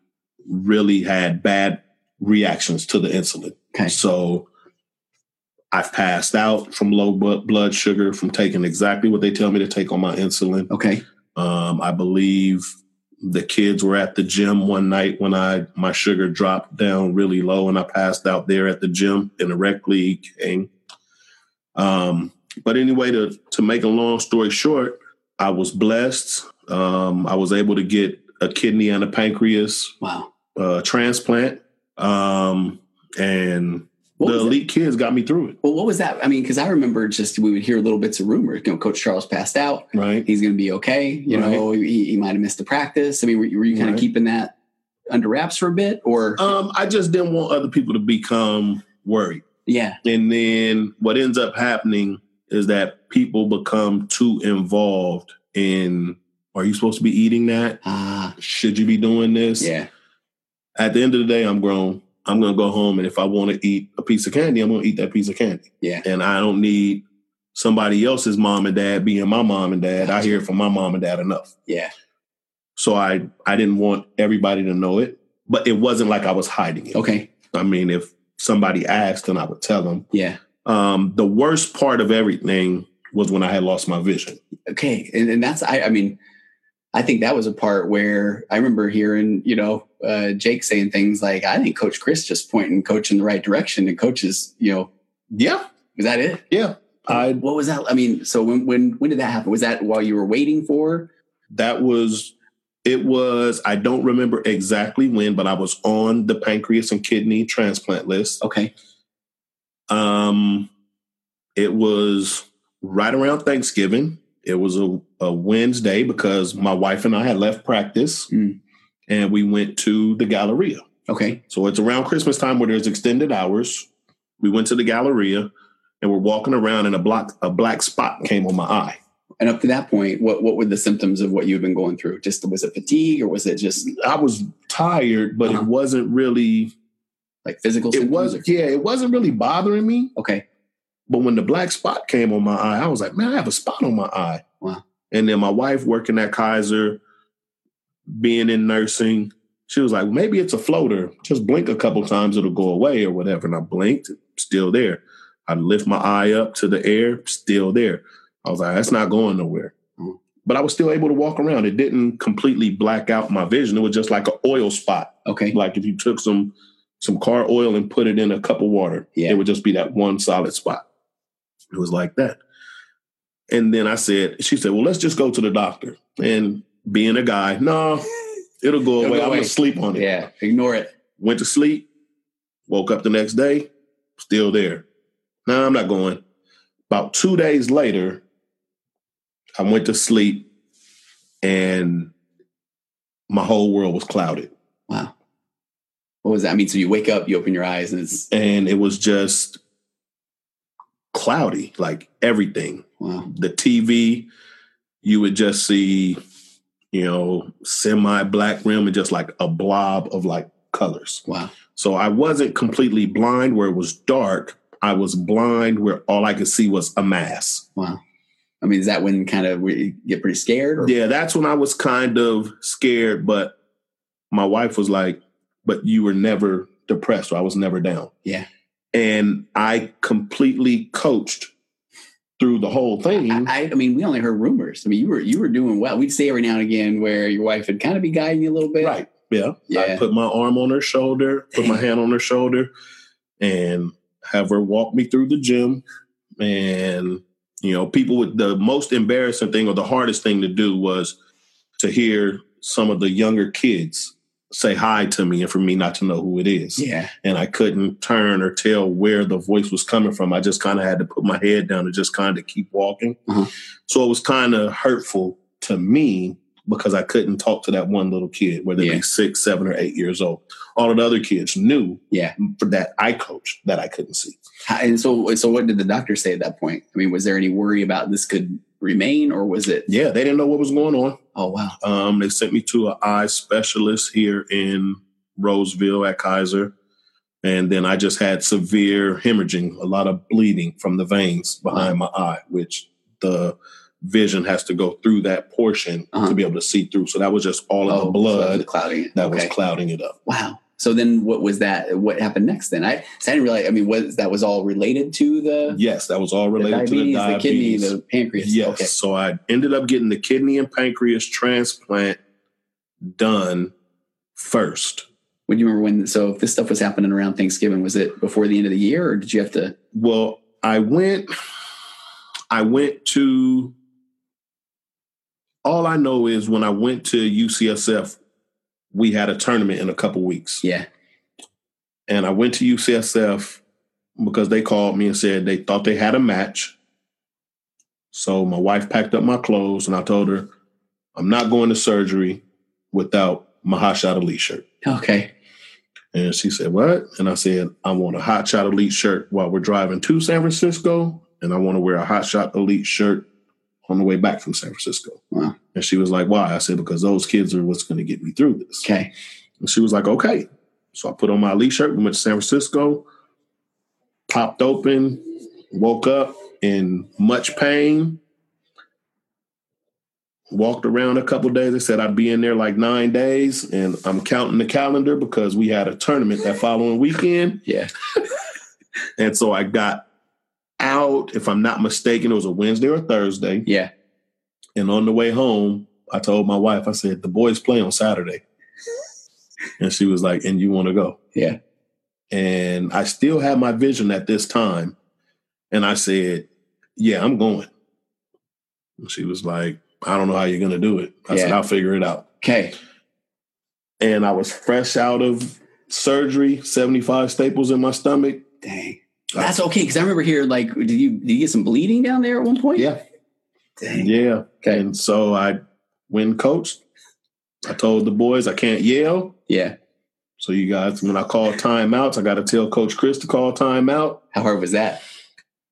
really had bad reactions to the insulin.
Okay.
So I've passed out from low bu- blood sugar from taking exactly what they tell me to take on my insulin.
Okay.
Um, I believe the kids were at the gym one night when I my sugar dropped down really low and I passed out there at the gym in the rec league game. Um, but anyway, to to make a long story short, I was blessed. Um, I was able to get a kidney and a pancreas
Wow.
uh, transplant, um, and
What
the
was that?
elite kids got me through it.
Well, what was that? I mean, because I remember just we would hear little bits of rumors. You know, Coach Charles passed out.
Right?
He's going to be okay. You
Right.
know, he, he might have missed a practice. I mean, were, you- were you kind of
Right.
keeping that under wraps for a bit, or
Um, I just didn't want other people to become worried.
yeah,
And then what ends up happening is that people become too involved in are you supposed to be eating that?
ah,
Should you be doing this?
yeah,
At the end of the day, I'm grown. I'm going to go home. And if I want to eat a piece of candy, I'm going to eat that piece of candy.
yeah,
And I don't need somebody else's mom and dad being my mom and dad. I hear from my mom and dad enough.
yeah,
So I, I didn't want everybody to know it, but it wasn't like I was hiding it.
okay,
I mean, if somebody asked, then I would tell them.
yeah,
um, the worst part of everything was when I had lost my vision.
okay. And, and that's I, I mean, I think that was a part where I remember hearing you know uh, Jake saying things like, "I think Coach Chris just pointing Coach in the right direction," and coaches, you know,
Yeah,
was that it? Um,
yeah. I
what was that? I mean, so when when when did that happen? Was that while you were waiting for?
that was it was I don't remember exactly when, but I was on the pancreas and kidney transplant list.
Okay,
Um, it was right around Thanksgiving. It was a, a Wednesday because my wife and I had left practice,
Mm.
and we went to the Galleria.
okay,
So it's around Christmas time where there's extended hours. We went to the Galleria and we're walking around and a block a black spot came on my eye.
and up to that point, what what were the symptoms of what you had been going through? Just was it fatigue or was it just
I was tired, but
Uh-huh.
it wasn't really
like physical?
it
symptoms
was
or-
yeah, it wasn't really bothering me.
okay,
But when the black spot came on my eye, I was like, man, I have a spot on my eye.
Wow.
And then my wife working at Kaiser, being in nursing, she was like, maybe it's a floater. Just blink a couple times, it'll go away or whatever. And I blinked, still there. I lift my eye up to the air, still there. I was like, that's not going nowhere. Mm-hmm. But I was still able to walk around. It didn't completely black out my vision. It was just like an oil spot.
Okay.
Like if you took some some car oil and put it in a cup of water,
Yeah.
it would just be that one solid spot. It was like that. And then I said, she said, well, let's just go to the doctor. And being a guy,
[LAUGHS]
no, it'll go
It'll
away.
go
I'm
away.
gonna sleep on it.
Yeah. Ignore it.
Went to sleep, woke up the next day, still there. No, I'm not going. About two days later, I went to sleep and my whole world was clouded.
Wow. What does that mean? So you wake up, you open your eyes, and it's
And it was just cloudy, like everything.
wow.
The TV, you would just see, you know, semi black rim and just like a blob of like colors.
Wow.
So I wasn't completely blind where it was dark. I was blind where all I could see was a mass.
Wow. I mean, is that when kind of we get pretty scared? Or?
Yeah, that's when I was kind of scared, but my wife was like, But you were never depressed, or I was never down.
Yeah.
And I completely coached through the whole thing.
I, I- I mean, we only heard rumors. I mean, you were you were doing well. We'd see every now and again where your wife would kind of be guiding you a little bit.
right. Yeah. I
Yeah.
put my arm on her shoulder, put my hand on her shoulder, and have her walk me through the gym. And, you know, people with the most embarrassing thing or the hardest thing to do was to hear some of the younger kids say hi to me and for me not to know who it is.
Yeah.
And I couldn't turn or tell where the voice was coming from. I just kind of had to put my head down and just kind of keep walking.
Uh-huh.
So it was kind of hurtful to me because I couldn't talk to that one little kid, whether it
Yeah.
be six, seven, or eight years old. All of the other kids knew
Yeah.
for that I coached that I couldn't see.
How, and so, so what did the doctor say at that point? I mean, was there any worry about this could remain, or was it?
Yeah, they didn't know what was going on.
Oh wow.
Um, they sent me to an eye specialist here in Roseville at Kaiser. And then I just had severe hemorrhaging, a lot of bleeding from the veins behind my eye, which the vision has to go through that portion
Uh-huh.
to be able to see through. So that was just all of
oh,
the
so
blood
the clouding.
that
okay.
was clouding it up.
wow. So then, what was that? What happened next? Then I, so I didn't realize. I mean, was that was all related to the,
Yes, that was all
the
related to
diabetes,
the
the kidney,
diabetes.
the pancreas?
Yes.
Okay.
So I ended up getting the kidney and pancreas transplant done first.
Would you remember when? So if this stuff was happening around Thanksgiving, was it before the end of the year, or did you have to?
Well, I went I went to all I know is when I went to UCSF, we had a tournament in a couple weeks.
Yeah.
And I went to UCSF because they called me and said they thought they had a match. So my wife packed up my clothes and I told her, I'm not going to surgery without my Hot Shot Elite shirt.
Okay.
And she said, What? And I said, I want a Hot Shot Elite shirt while we're driving to San Francisco. And I want to wear a Hot Shot Elite shirt on the way back from San Francisco.
Wow.
And she was like, Why? I said, Because those kids are what's going to get me through this.
Okay.
And she was like, Okay. So I put on my Elite shirt, we went to San Francisco, popped open, woke up in much pain. Walked around a couple days. They said I'd be in there like nine days, and I'm counting the calendar because we had a tournament that following weekend.
Yeah.
And so I got out, if I'm not mistaken, it was a Wednesday or Thursday.
Yeah.
And on the way home, I told my wife, I said, the boys play on Saturday. and she was like, and you want to go?
Yeah.
And I still had my vision at this time. And I said, yeah, I'm going. And she was like, I don't know how you're going to do it. I said,
Yeah.
I'll figure it out.
Okay.
And I was fresh out of surgery, 75 staples in my stomach.
Dang. That's okay because I remember here. Like, did you did you get some bleeding down there at one point?
Yeah.
Dang.
Yeah.
Oh, Okay.
And so I went coached. I told the boys I can't yell.
Yeah.
So you guys, when I call timeouts, I got to tell Coach Chris to call timeout.
How hard was
[LAUGHS]
that?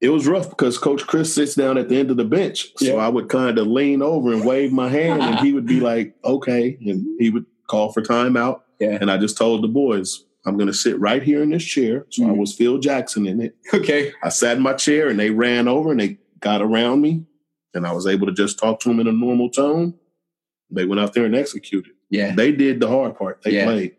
It was rough because Coach Chris sits down at the end of the bench. So
Yeah.
I would kind of lean over and wave my hand, and he would be like, okay. And he would call for timeout.
Yeah.
And I just told the boys, I'm going to sit right here in this chair. So I
Mhm.
was Phil Jackson in it.
Okay.
I sat in my chair and they ran over and they got around me and I was able to just talk to them in a normal tone. They went out there and executed.
Yeah.
They did the hard part. They
Yeah.
played.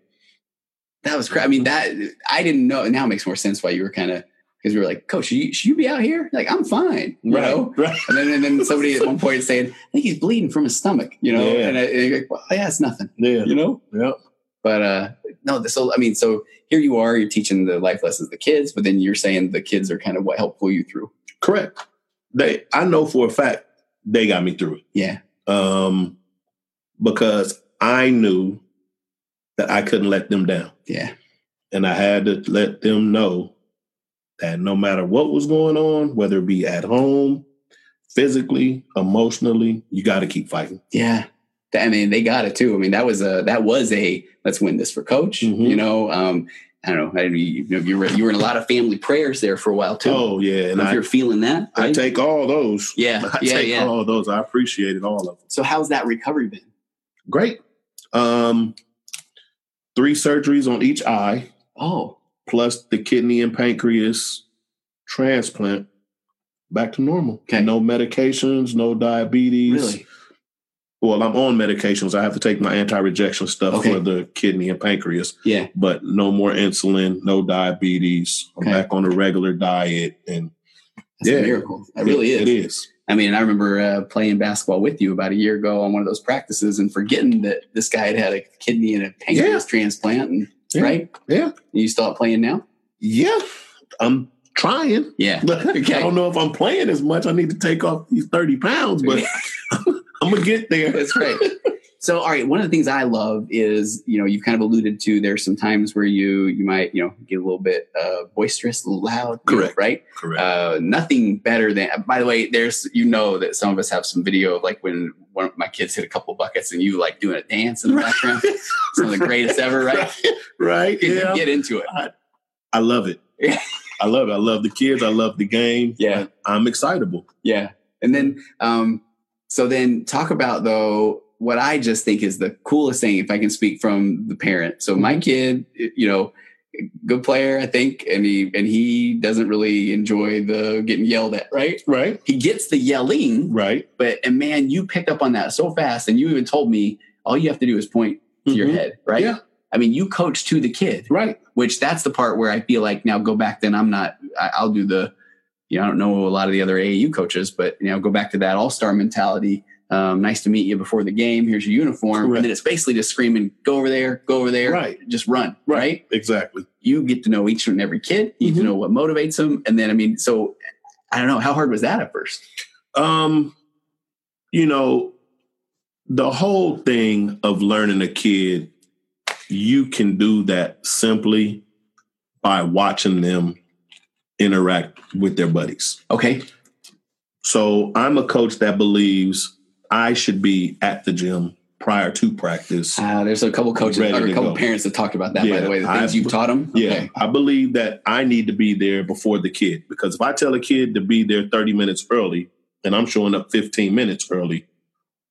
That was crazy. I mean, that I didn't know. Now it makes more sense why you were kind of because we were like, Coach, should you, should you be out here? Like, I'm fine, you know?
right.
And then, and
[LAUGHS]
then somebody at one point saying, I think he's bleeding from his stomach, you know?
Yeah.
And, I, and you're like, well, yeah, it's nothing,
Yeah.
you know?
Yep.
But uh, no, so I mean, so here you are, you're teaching the life lessons to the kids, but then you're saying the kids are kind of what helped pull you through.
Correct. They I know for a fact they got me through
Yeah,
it. Um because I knew that I couldn't let them down.
yeah,
And I had to let them know that no matter what was going on, whether it be at home, physically, emotionally, you gotta keep fighting.
yeah. That- I mean, they got it too. I mean, that was a that was a let's win this for coach.
Mhm.
You know, um, I don't know. I mean, you, know, you were you were in a lot of family prayers there for a while too.
Oh yeah.
if
And I,
you're feeling that,
I
right?
take all those. [LAUGHS]
yeah,
I
yeah,
take
yeah.
all those. I appreciated all of them.
So how's that recovery been?
Great. Um three surgeries on each eye.
Oh,
plus the kidney and pancreas transplant back to normal.
Okay.
No medications, no diabetes.
really?
Well, I'm on medications. I have to take my anti-rejection stuff
Okay.
for the kidney and pancreas,
Yeah,
but no more insulin, no diabetes. I'm
Okay.
back on a regular diet and
that's
Yeah.
a miracle. That really is.
It is.
I mean, I remember uh, playing basketball with you about a year ago on one of those practices and forgetting that this guy had had a kidney and a pancreas transplant, and,
Yeah.
right?
Yeah.
And you start playing now?
Yeah. I'm trying.
Yeah. [LAUGHS]
I don't know if I'm playing as much. I need to take off these 30 pounds,
[LAUGHS]
but [LAUGHS] I'm gonna get there.
That's right. So, all right. One of the things I love is, you know, you've kind of alluded to there's some times where you you might, you know, get a little bit uh, boisterous, a little loud, you know,
Correct.
right?
Correct.
uh, nothing better than uh, by the way there's you know that some of us have some video of like when one of my kids hit a couple buckets and you like doing a dance in the background some of the greatest ever right
right.
You
Yeah.
get into it
I love it.
Yeah.
I love it. I love the kids. I love the game.
Yeah.
I- I'm excitable.
yeah and then um so then talk about though what i just think is the coolest thing if i can speak from the parent so my kid you know good player i think and he and he doesn't really enjoy the getting yelled at right
Right.
he gets the yelling
Right.
But and man, you picked up on that so fast, and you even told me all you have to do is point to your
Mhm.
head, right?
Yeah.
I mean, you coach to the kid,
Right.
which that's the part where I feel like now go back. Then I'm not. I, I'll do the. You know, I don't know a lot of the other AAU coaches, but you know, go back to that all star mentality. Um, nice to meet you before the game. Here's your uniform,
Correct.
and then it's basically just screaming, "Go over there, go over there,
Right.
just run!"
Right.
right?
Exactly.
you get to know each and every kid. You get
Mhm.
to know what motivates them, and then I mean, so I don't know how hard was that at first.
Um, you know, the whole thing of learning a kid, you can do that simply by watching them interact with their buddies.
Okay,
So I'm a coach that believes I should be at the gym prior to practice.
Uh, there's a couple coaches
Ready
or a
to
couple
go.
parents that talked about that. by
Yeah,
the way, the things
I-
you've taught them.
Yeah, I believe that I need to be there before the kid because if I tell a kid to be there 30 minutes early and I'm showing up 15 minutes early,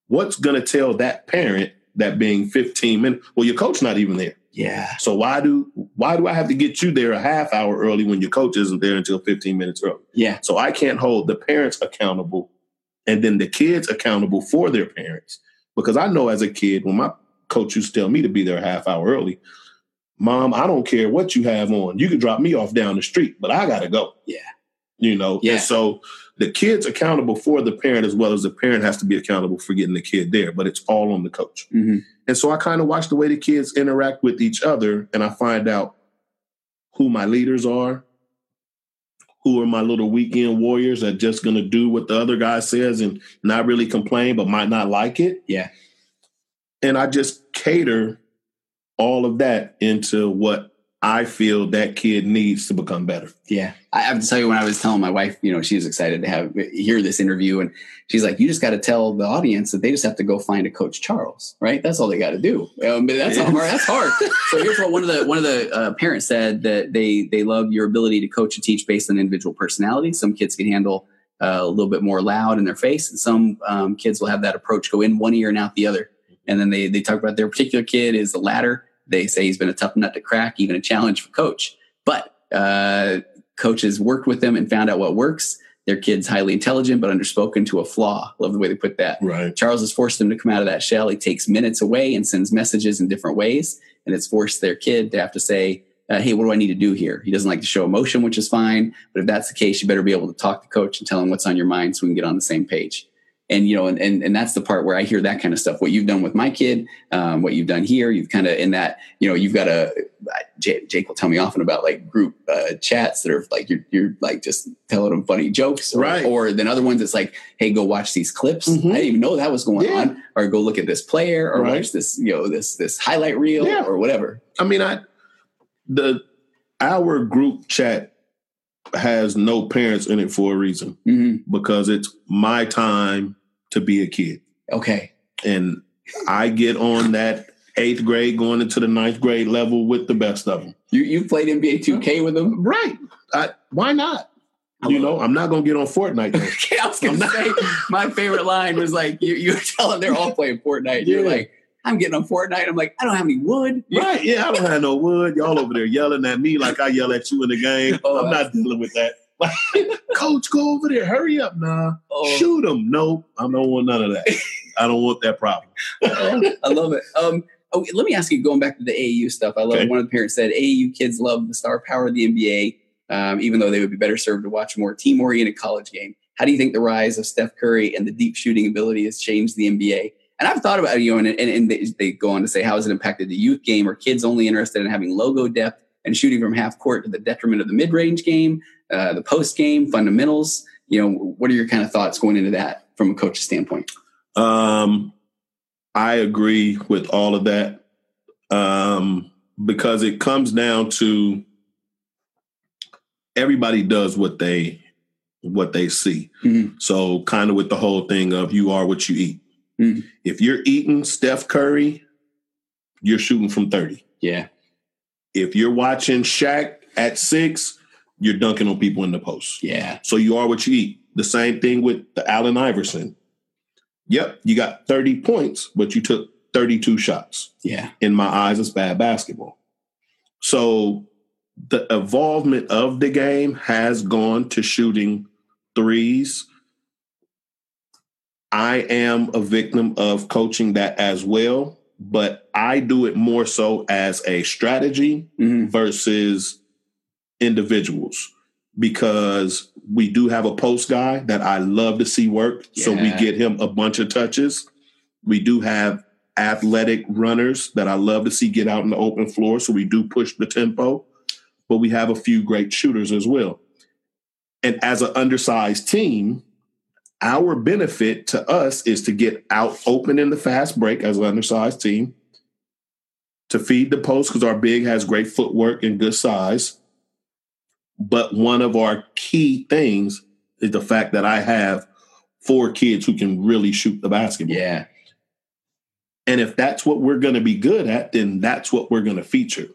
what's going to tell that parent that being 15 minutes, well, your coach not even there.
yeah,
So why do why do I have to get you there a half hour early when your coach isn't there until 15 minutes early?
yeah,
So I can't hold the parents accountable and then the kids accountable for their parents. Because I know as a kid, when my coach used to tell me to be there a half hour early, mom, I don't care what you have on. You can drop me off down the street, but I gotta go.
Yeah.
You know,
Yeah.
and so the kid's accountable for the parent as well as the parent has to be accountable for getting the kid there, but it's all on the coach.
hmm
And so I kind of watch the way the kids interact with each other and I find out who my leaders are, who are my little weekend warriors that just going to do what the other guy says and not really complain, but might not like it.
Yeah.
And I just cater all of that into what I feel that kid needs to become better.
yeah. I have to tell you, when I was telling my wife, you know, she was excited to have hear this interview, and she's like, "You just got to tell the audience that they just have to go find a coach Charles, right? That's all they got to do." Um, but that's not hard. That's hard. So here's what one of the one of the uh, parents said that they they love your ability to coach and teach based on individual personality. Some kids can handle. Uh, a little bit more loud in their face, and some um, kids will have that approach go in one ear and out the other. And then they they talk about their particular kid is the latter. They say he's been a tough nut to crack, even a challenge for coach. But uh, coaches worked with them and found out what works. Their kid's highly intelligent, but underspoken to a flaw. Love the way they put that.
Right.
Charles has forced them to come out of that shell. He takes minutes away and sends messages in different ways, and it's forced their kid to have to say, uh, hey, what do I need to do here? He doesn't like to show emotion, which is fine. But if that's the case, you better be able to talk to coach and tell him what's on your mind so we can get on the same page. And you know, and and, and that's the part where I hear that kind of stuff. What you've done with my kid, um, what you've done here, you've kind of in that. You know, you've got a Jake, Jake will tell me often about like group uh, chats that are like you're you're like just telling them funny jokes, or,
Right.
Or then other ones, it's like, hey, go watch these clips.
Mhm.
I didn't even know that was going
Yeah.
on, or go look at this player, or
Right.
watch this you know this this highlight reel
Yeah.
or whatever.
I mean, I the our group chat has no parents in it for a reason
hmm
because it's my time to be a kid,
Okay,
and I get on that eighth grade going into the ninth grade level with the best of them.
you you played NBA 2K with them. [LAUGHS]
Right? I, why not? You know, I'm not gonna get on Fortnite. though.
I was gonna
I'm not-
say my favorite line was like you you were telling they're all playing Fortnite. You're
Yeah.
like, I'm getting on Fortnite. I'm like, I don't have any wood.
[LAUGHS] Right. Yeah, I don't have no wood. Y'all over there yelling at me like I yell at you in the game.
Oh,
I'm not dealing with that. [LAUGHS] Coach, go over there. Hurry up, nah.
Oh,
Shoot him. No, I don't want none [LAUGHS] of that. I don't want that problem.
oh, [LAUGHS] I love it. Um, oh, let me ask you, going back to the AAU stuff, I love
Okay.
one of the parents said AAU kids love the star power of the NBA, um, even though they would be better served to watch a more team oriented college game. How do you think the rise of Steph Curry and the deep shooting ability has changed the NBA? And I've thought about you know, and, and, and they, they go on to say how has it impacted the youth game or kids only interested in having logo depth and shooting from half court to the detriment of the mid range game, uh, the post game fundamentals. You know, what are your kind of thoughts going into that from a coach's standpoint?
Um, I agree with all of that um, because it comes down to everybody does what they what they see.
Mhm.
So kind of with the whole thing of you are what you eat.
Mhm.
If you're eating Steph Curry, you're shooting from 30.
Yeah,
If you're watching Shaq at 6, you're dunking on people in the post.
yeah,
So you are what you eat. The same thing with the Allen Iverson. Yep, you got 30 points, but you took 32 shots.
yeah.
In my eyes, it's bad basketball. So the involvement of the game has gone to shooting threes. I am a victim of coaching that as well, but I do it more so as a strategy
hmm
versus individuals because we do have a post guy that I love to see work. So we
Yeah.
get him a bunch of touches. We do have athletic runners that I love to see get out in the open floor. So we do push the tempo, but we have a few great shooters as well. And as an undersized team, our benefit to us is to get out open in the fast break as an undersized team, to feed the post because our big has great footwork and good size. But one of our key things is the fact that I have four kids who can really shoot the basketball.
Yeah.
And if that's what we're going to be good at, then that's what we're going to feature.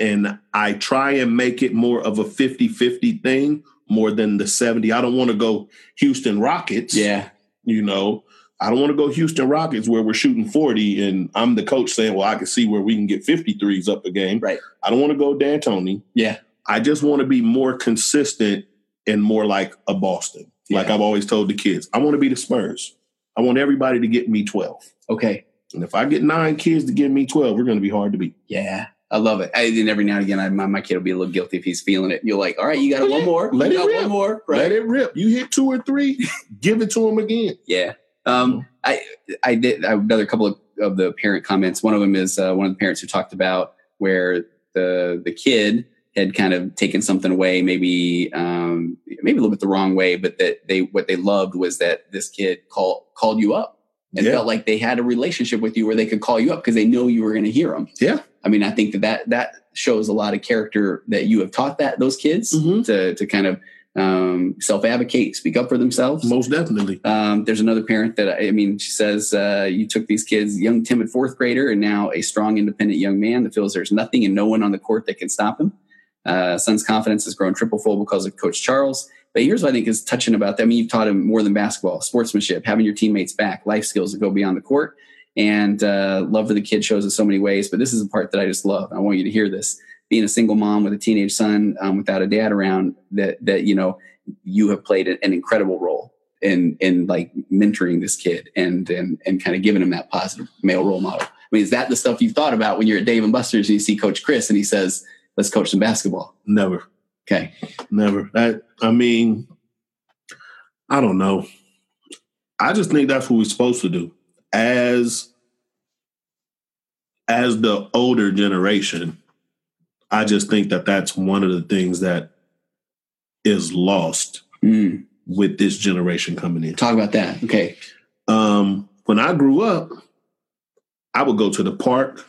And I try and make it more of a 50 50 thing more than the 70. I don't want to go Houston Rockets.
Yeah.
You know, I don't want to go Houston Rockets where we're shooting 40 and I'm the coach saying, well, I can see where we can get 53s up a game.
Right.
I don't want to go D'Antoni.
Yeah.
I just want to be more consistent and more like a Boston. Like
Yeah.
I've always told the kids, I want to be the Spurs. I want everybody to get me 12.
Okay.
And if I get nine kids to give me 12, we're going to be hard to beat.
Yeah. I love it. I then every now and again, I, my, my kid will be a little guilty if he's feeling it. You're like, all right, you got
Let
one
it-
more.
let
you
it
got
rip.
one more. Right.
Let it rip. You hit two or three, give it to them again.
Yeah.
Mm-hmm.
Um, I I did I, another couple of, of the parent comments. One of them is uh, one of the parents who talked about where the the kid had kind of taken something away, maybe um, maybe a little bit the wrong way, but that they what they loved was that this kid called called you up and
Yeah.
felt like they had a relationship with you where they could call you up because they know you were going to hear them.
Yeah.
I mean, I think that that that shows a lot of character that you have taught that those kids
Mhm.
to to kind of um, self advocate, speak up for themselves.
Most definitely.
Um, there's another parent that I mean, she says uh, you took these kids, young, timid fourth grader, and now a strong, independent young man that feels there's nothing and no one on the court that can stop him. Uh, son's confidence has grown triple-fold because of Coach Charles. But here's what I think is touching about that. I mean, you've taught him more than basketball, sportsmanship, having your teammates back, life skills that go beyond the court, and uh, love for the kid shows in so many ways. But this is the part that I just love. I want you to hear this. Being a single mom with a teenage son um, without a dad around, that that you know, you have played an incredible role in in like mentoring this kid and and and kind of giving him that positive male role model. I mean, is that the stuff you've thought about when you're at Dave and Buster's and you see Coach Chris and he says, let's coach some basketball?
Never.
Okay.
Never. That I mean, I don't know. I just think that's what we're supposed to do. As as the older generation, I just think that that's one of the things that is lost
Mm,
with this generation coming in.
talk about that. Okay.
Um, when I grew up, I would go to the park.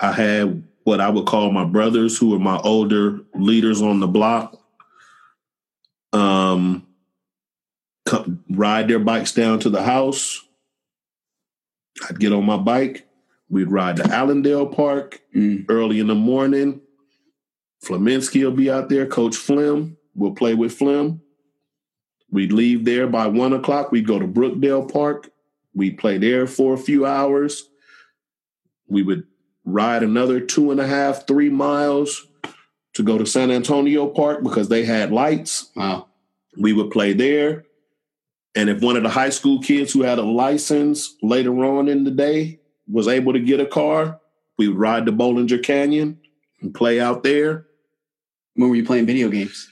I had what I would call my brothers, who were my older leaders on the block. Um, come, ride their bikes down to the house. I'd get on my bike. We'd ride to Allendale Park
Mm,
early in the morning. Flaminsky will be out there. Coach Flim will play with Flim. We'd leave there by one o'clock. We'd go to Brookdale Park. We'd play there for a few hours. We would ride another two and a half, three miles to go to San Antonio Park because they had lights
wow.
we would play there. And if one of the high school kids who had a license later on in the day was able to get a car, we would ride to Bollinger Canyon and play out there.
When were you playing video games?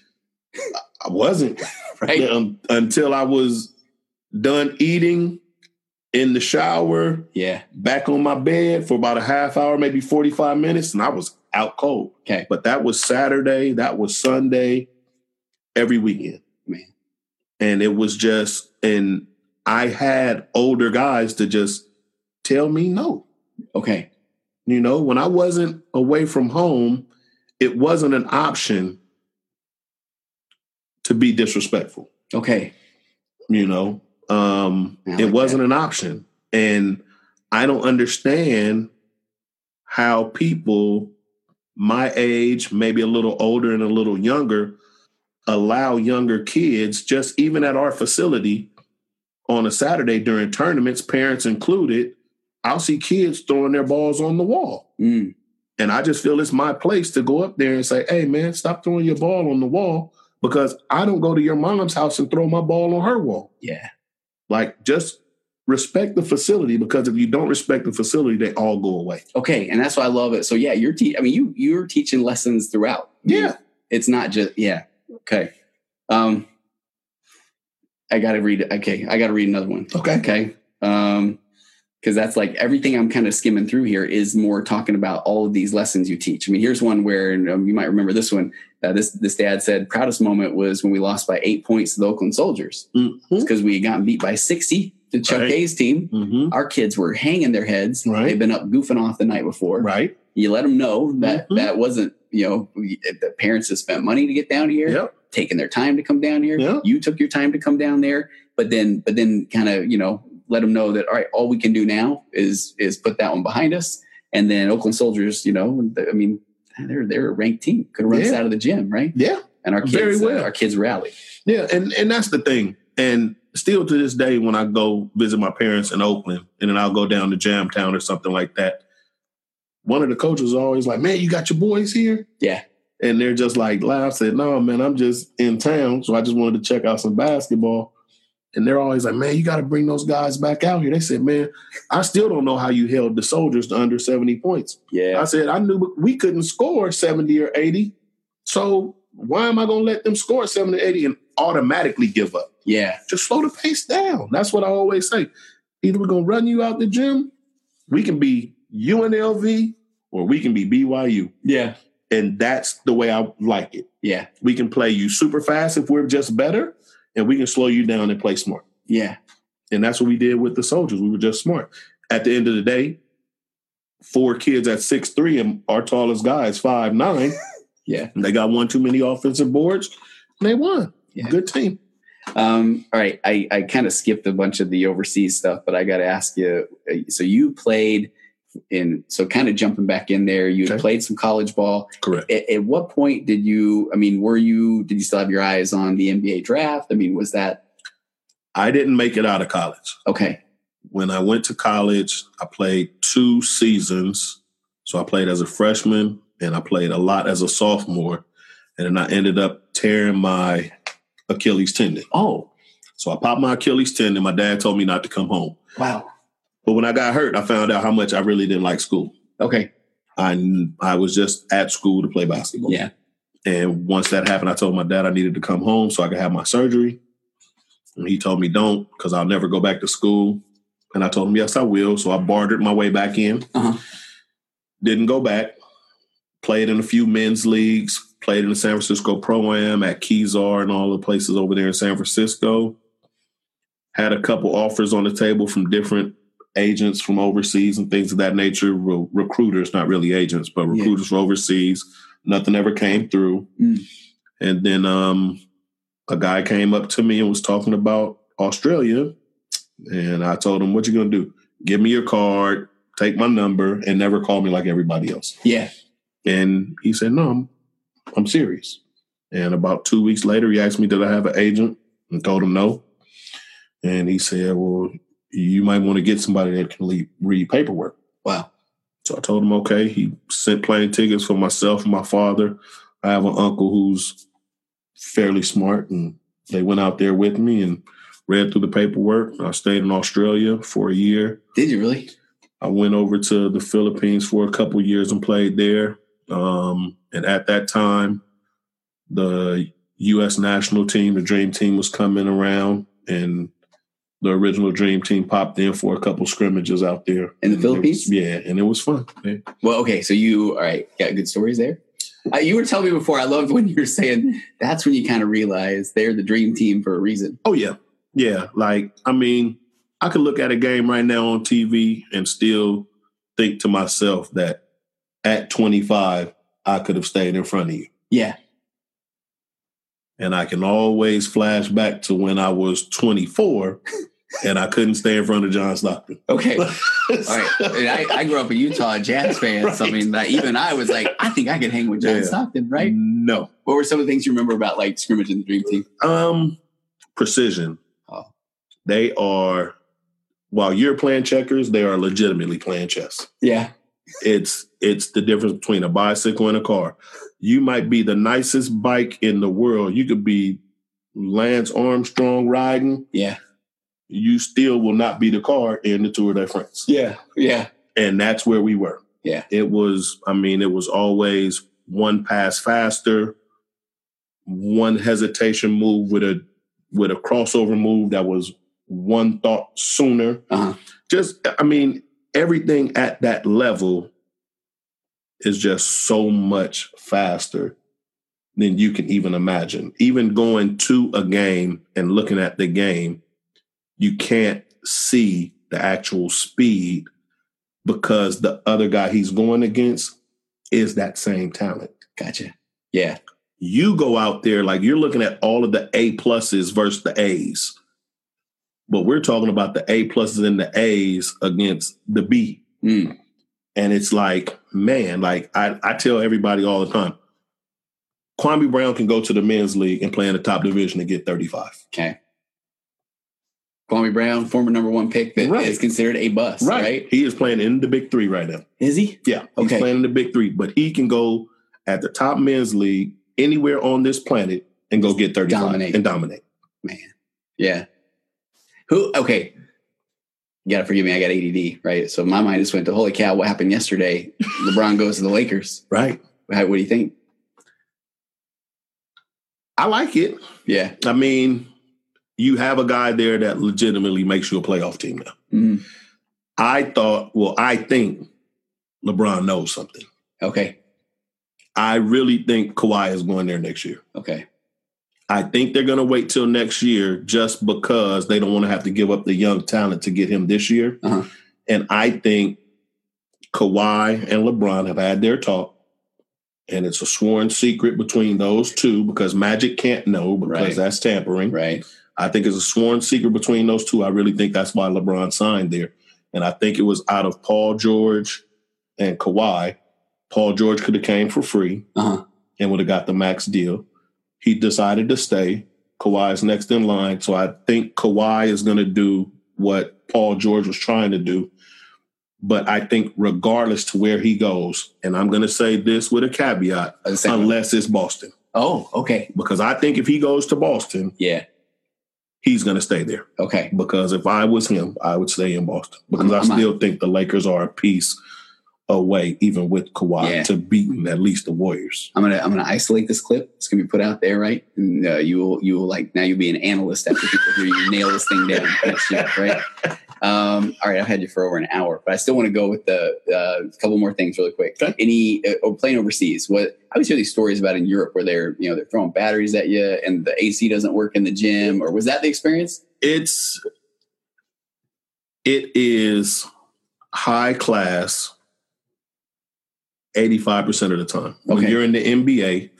I wasn't [LAUGHS]
Right.
um, until I was done eating in the shower,
Yeah.
back on my bed for about a half hour, maybe 45 minutes, and I was out cold.
Okay.
But that was Saturday, that was Sunday, every weekend.
Man.
And it was just, and I had older guys to just tell me no.
Okay.
You know, when I wasn't away from home, it wasn't an option to be disrespectful
Okay.
you know um
Yeah, I
it
like
wasn't an option and i don't understand how people my age maybe a little older and a little younger allow younger kids just even at our facility on a saturday during tournaments parents included i'll see kids throwing their balls on the wall
Mm,
and i just feel it's my place to go up there and say hey man stop throwing your ball on the wall because i don't go to your mom's house and throw my ball on her wall
yeah.
like, just respect the facility because if you don't respect the facility, they all go away.
Okay. And that's why I love it. So yeah, you're te- I mean, you you're teaching lessons throughout. It's not just yeah. Okay. Um I gotta read okay, I gotta read another one.
Okay.
Okay. Um, because that's like everything I'm kind of skimming through here is more talking about all of these lessons you teach. I mean, here's one where and, um, you might remember this one. Uh, this this dad said proudest moment was when we lost by eight points to the Oakland Soldiers
Mm-hmm.
because we had gotten beat by sixty to Chuck
Right.
Hayes' team.
Mm-hmm.
Our kids were hanging their heads.
Right.
They've been up goofing off the night before.
Right.
You let them know that
Mhm.
that wasn't you know we- the parents have spent money to get down here
Yep.
taking their time to come down here.
Yeah.
You took your time to come down there, but then but then kind of you know let them know that all right, all we can do now is is put that one behind us, and then Oakland Soldiers, you know, th- I mean, they're they're a ranked team, could have run us
Yeah.
out of the gym, right?
Yeah.
And our
Very
kids, uh,
well.
our kids rally.
Yeah. And and that's the thing. And still to this day, when I go visit my parents in Oakland, and then I'll go down to Jamtown or something like that. One of the coaches is always like, "Man, you got your boys here."
Yeah.
And they're just like, "Loud." I said, "No, man, I'm just in town, so I just wanted to check out some basketball." And they're always like, man, you got to bring those guys back out here. They said, man, I still don't know how you held the soldiers to under 70 points. I
Yeah,
said, I knew we couldn't score 70 or 80. So why am I going to let them score 70 or 80 and automatically give up?
yeah,
Just slow the pace down. That's what I always say. Either we're going to run you out the gym, we can be UNLV, or we can be BYU.
yeah,
And that's the way I like it.
yeah,
We can play you super fast if we're just better, and we can slow you down and play smart.
yeah,
And that's what we did with the soldiers. We were just smart. At the end of the day, four kids at six three, and our tallest guy is five
[LAUGHS]
nine.
yeah.
They got one too many offensive boards, and they won.
Yeah.
Good team.
Um, all right, I, I kind of skipped a bunch of the overseas stuff, but I got to ask you. uh, So you played in, so kind of jumping back in there, you had
Okay.
played some college ball.
Correct.
at, at what point did you i mean were you did you still have your eyes on the nba draft i mean was that
I didn't make it out of college.
okay
When I went to college, I played two seasons. So I played as a freshman, and I played a lot as a sophomore, and then I ended up tearing my Achilles tendon.
oh
So I popped my Achilles tendon. My dad told me not to come home.
wow
But when I got hurt, I found out how much I really didn't like school.
okay
I I was just at school to play basketball.
Yeah.
And once that happened, I told my dad I needed to come home so I could have my surgery. And he told me don't because I'll never go back to school. And I told him yes, I will. So I bartered my way back in.
Uh-huh.
Didn't go back. Played in a few men's leagues. Played in the San Francisco Pro Am at Kezar and all the places over there in San Francisco. Had a couple offers on the table from different agents from overseas and things of that nature, re- recruiters, not really agents, but
Yeah.
recruiters from overseas. Nothing ever came through.
Mm.
And then um, a guy came up to me and was talking about Australia. And I told him, What you gonna do? Give me your card, take my number, and never call me like everybody else.
Yeah.
And he said, No, I'm I'm serious. And about two weeks later, he asked me, Did I have an agent? And told him no. And he said, Well, you might want to get somebody that can le read paperwork.
Wow.
So I told him, okay. He sent plane tickets for myself and my father. I have an uncle who's fairly smart, and they went out there with me and read through the paperwork. I stayed in Australia for a year.
Did you really?
I went over to the Philippines for a couple years and played there. Um, and at that time, the U.S. national team, the Dream Team, was coming around, and the original Dream Team popped in for a couple scrimmages out there
In the
And it was-
Philippines?
yeah, and it was fun. man.
Well, okay. So you, all right, got good stories there. Uh, you were telling me before. I loved when you were saying that's when you kind of realize they're the dream team for a reason.
Oh yeah, yeah. Like I mean, I could look at a game right now on TV and still think to myself that at 25 I could have stayed in front of you,
Yeah.
and I can always flash back to when I
[LAUGHS]
was 24 and I couldn't stay in front of John Stockton.
Okay.
all
All right. And I, I grew up a Utah Jazz fan, so I mean, like, even I was like, I think I could hang with John
Yeah.
Stockton, right?
[LAUGHS] No.
What were some of the things you remember about like scrimmage in the dream team?
Um, precision.
Oh.
They are while you're playing checkers, they are legitimately playing chess.
Yeah.
it's it's the difference between a bicycle and a car. You might be the nicest bike in the world. You could be Lance Armstrong riding.
Yeah.
You still will not be the car in the Tour de France.
Yeah. Yeah.
And that's where we were.
Yeah.
It was, I mean, it was always one pass faster, one hesitation move with a with a crossover move that was one thought sooner.
Uh-huh.
Just I mean, everything at that level is just so much faster than you can even imagine. Even going to a game and looking at the game, you can't see the actual speed because the other guy he's going against is that same talent.
Gotcha. Yeah.
You go out there like you're looking at all of the A pluses versus the A's. But we're talking about the A pluses and the A's against the B.
Mm.
And it's like, man, like I, I tell everybody all the time, Kwame Brown can go to the men's league and play in the top division and get 35.
Okay. Kwame Brown, former number one pick that is
Right.
considered a bust, right.
He is playing in the big three right now.
Is he?
Yeah, he's
Okay.
playing in the big three, but he can go at the top men's league anywhere on this planet and go get 35
Dominate.
and dominate.
Yeah. Who? Okay. You gotta forgive me. I got ADD, right? So my mind just went to, holy cow, what happened yesterday? LeBron goes to the Lakers.
Right.
How, what do you think?
I like it.
Yeah.
I mean, you have a guy there that legitimately makes you a playoff team now.
Mm.
I thought, well, I think LeBron knows something.
Okay.
I really think Kawhi is going there next year.
Okay.
I think they're going to wait till next year just because they don't want to have to give up the young talent to get him this year.
Uh-huh.
And I think Kawhi and LeBron have had their talk. And it's a sworn secret between those two because Magic can't know because
Right.
that's tampering.
Right.
I think it's a sworn secret between those two. I really think that's why LeBron signed there. And I think it was out of Paul George and Kawhi. Paul George could have came for free
Uh huh.
and would have got the max deal. He decided to stay. Kawhi is next in line. So I think Kawhi is going to do what Paul George was trying to do. But I think regardless to where he goes, and I'm going to say this with a caveat,
I was saying-
unless it's Boston,
Oh, okay.
because I think if he goes to Boston,
Yeah.
he's going to stay there.
Okay.
Because if I was him, I would stay in Boston because i
I'm- I'm
still think the Lakers are a piece away, even with Kawhi,
Yeah.
to beating at least the Warriors.
I'm gonna I'm gonna isolate this clip. It's gonna be put out there, right? And uh, you will you will like now you'll be an analyst after people hear you nail this thing
[LAUGHS]
down next year, right? Um, all right, I've had you for over an hour, but I still want to go with the uh, couple more things really quick.
Okay.
Any uh, or playing overseas? What I always hear these stories about in Europe where they're you know they're throwing batteries at you and the AC doesn't work in the gym, or was that the experience?
It's it is high class 85% of the time. When
Okay.
you're in the NBA,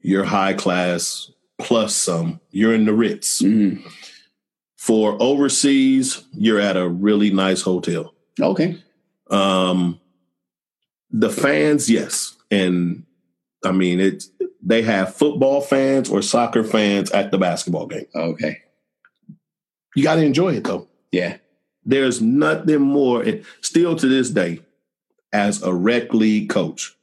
you're high class plus some. You're in the Ritz.
Mm,
For overseas, you're at a really nice hotel.
okay,
Um, the fans, yes, and I mean it's they have football fans or soccer fans at the basketball game.
okay,
You got to enjoy it though.
yeah,
There's nothing more. and Still to this day, as a rec league coach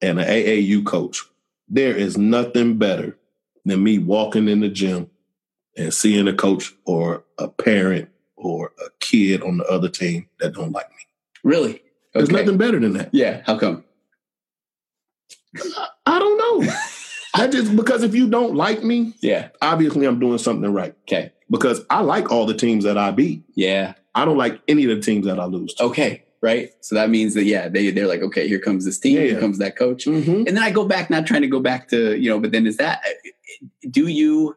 and an AAU coach, there is nothing better than me walking in the gym and seeing a coach or a parent or a kid on the other team that don't like me.
really. Okay.
There's nothing better than that.
Yeah, how come?
I don't [LAUGHS] know. I just because if you don't like me,
Yeah,
obviously I'm doing something right.
Okay.
Because I like all the teams that I beat.
yeah,
I don't like any of the teams that I lose to.
okay, right. So that means that yeah, they they're like, okay, here comes this team,
Yeah,
here
yeah.
comes that coach,
Mhm.
and then I go back, not trying to go back to you know, but then is that do you,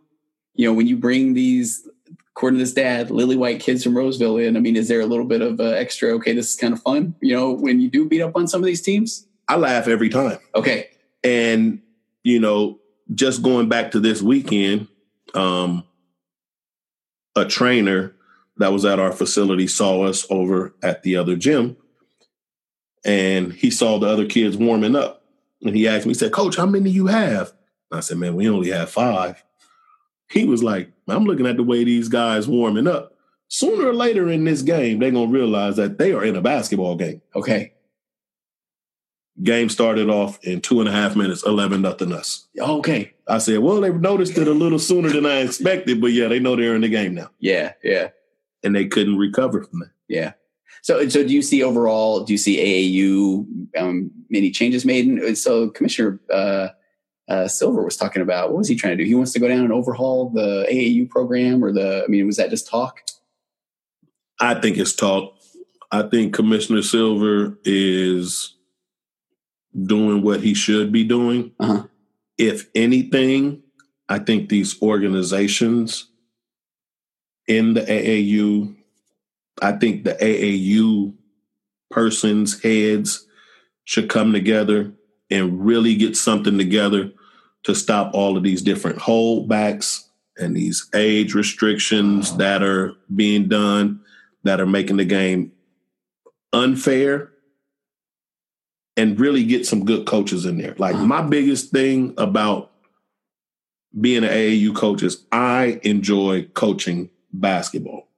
you know, when you bring these according to this dad, lily white kids from Roseville in, I mean, is there a little bit of uh, extra? Okay, this is kind of fun, you know, when you do beat up on some of these teams.
I laugh every time.
Okay,
And you know, just going back to this weekend, um, a trainer that was at our facility saw us over at the other gym, and he saw the other kids warming up, and he asked me, he said, "Coach, how many you have?" And I said, "Man, we only have five. He was like, "I'm looking at the way these guys warming up." Sooner or later in this game, they're gonna realize that they are in a basketball game.
okay.
Game started off in two and a half minutes, eleven nothing us.
Oh, Okay.
I said, well, they noticed it a little sooner than I expected, but yeah, they know they're in the game now.
Yeah. Yeah.
And they couldn't recover from that.
Yeah. So, so do you see overall? Do you see AAU um, any changes made? And so, Commissioner uh, uh, Silver was talking about what was he trying to do? He wants to go down and overhaul the AAU program, or the I mean, was that just talk?
I think it's talk. I think Commissioner Silver is doing what he should be doing.
Uh-huh.
If anything, I think these organizations in the AAU, I think the AAU persons, heads should come together and really get something together to stop all of these different holdbacks and these age restrictions that are being done that are making the game unfair and really get some good coaches in there. Like
Uh-huh.
my biggest thing about being an AAU coach is I enjoy coaching basketball.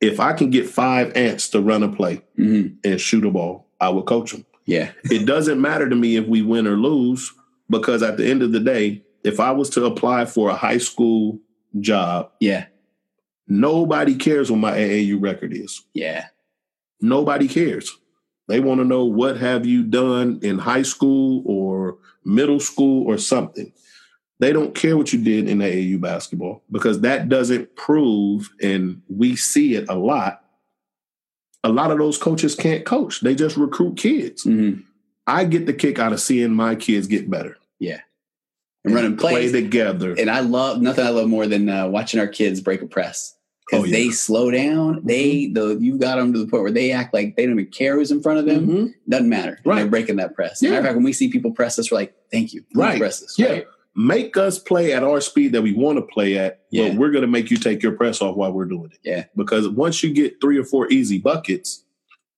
If I can get five ants to run a play
Mm-hmm.
and shoot a ball, I will coach them
Yeah.
it doesn't matter to me if we win or lose because at the end of the day, if I was to apply for a high school job,
Yeah.
nobody cares what my AAU record is.
Yeah.
Nobody cares. They want to know what have you done in high school or middle school or something. They don't care what you did in AAU basketball because that doesn't prove, and we see it a lot. A lot of those coaches can't coach. They just recruit kids.
Mm-hmm.
I get the kick out of seeing my kids get better
And running
play
plays.
together.
and I love nothing I love more than uh, watching our kids break a press. Because
Oh, yeah. Mm-hmm.
they slow down, they the you got them to the point where they act like they don't even care who's in front of them.
Mhm.
Doesn't matter.
Right.
They're breaking that press.
Yeah.
Matter of fact, when we see people press us, we're like, thank you. Please
Right.
Press us.
Yeah.
Right?
Make us play at our speed that we want to play at,
Yeah.
but we're going to make you take your press off while we're doing it.
Yeah.
Because once you get three or four easy buckets,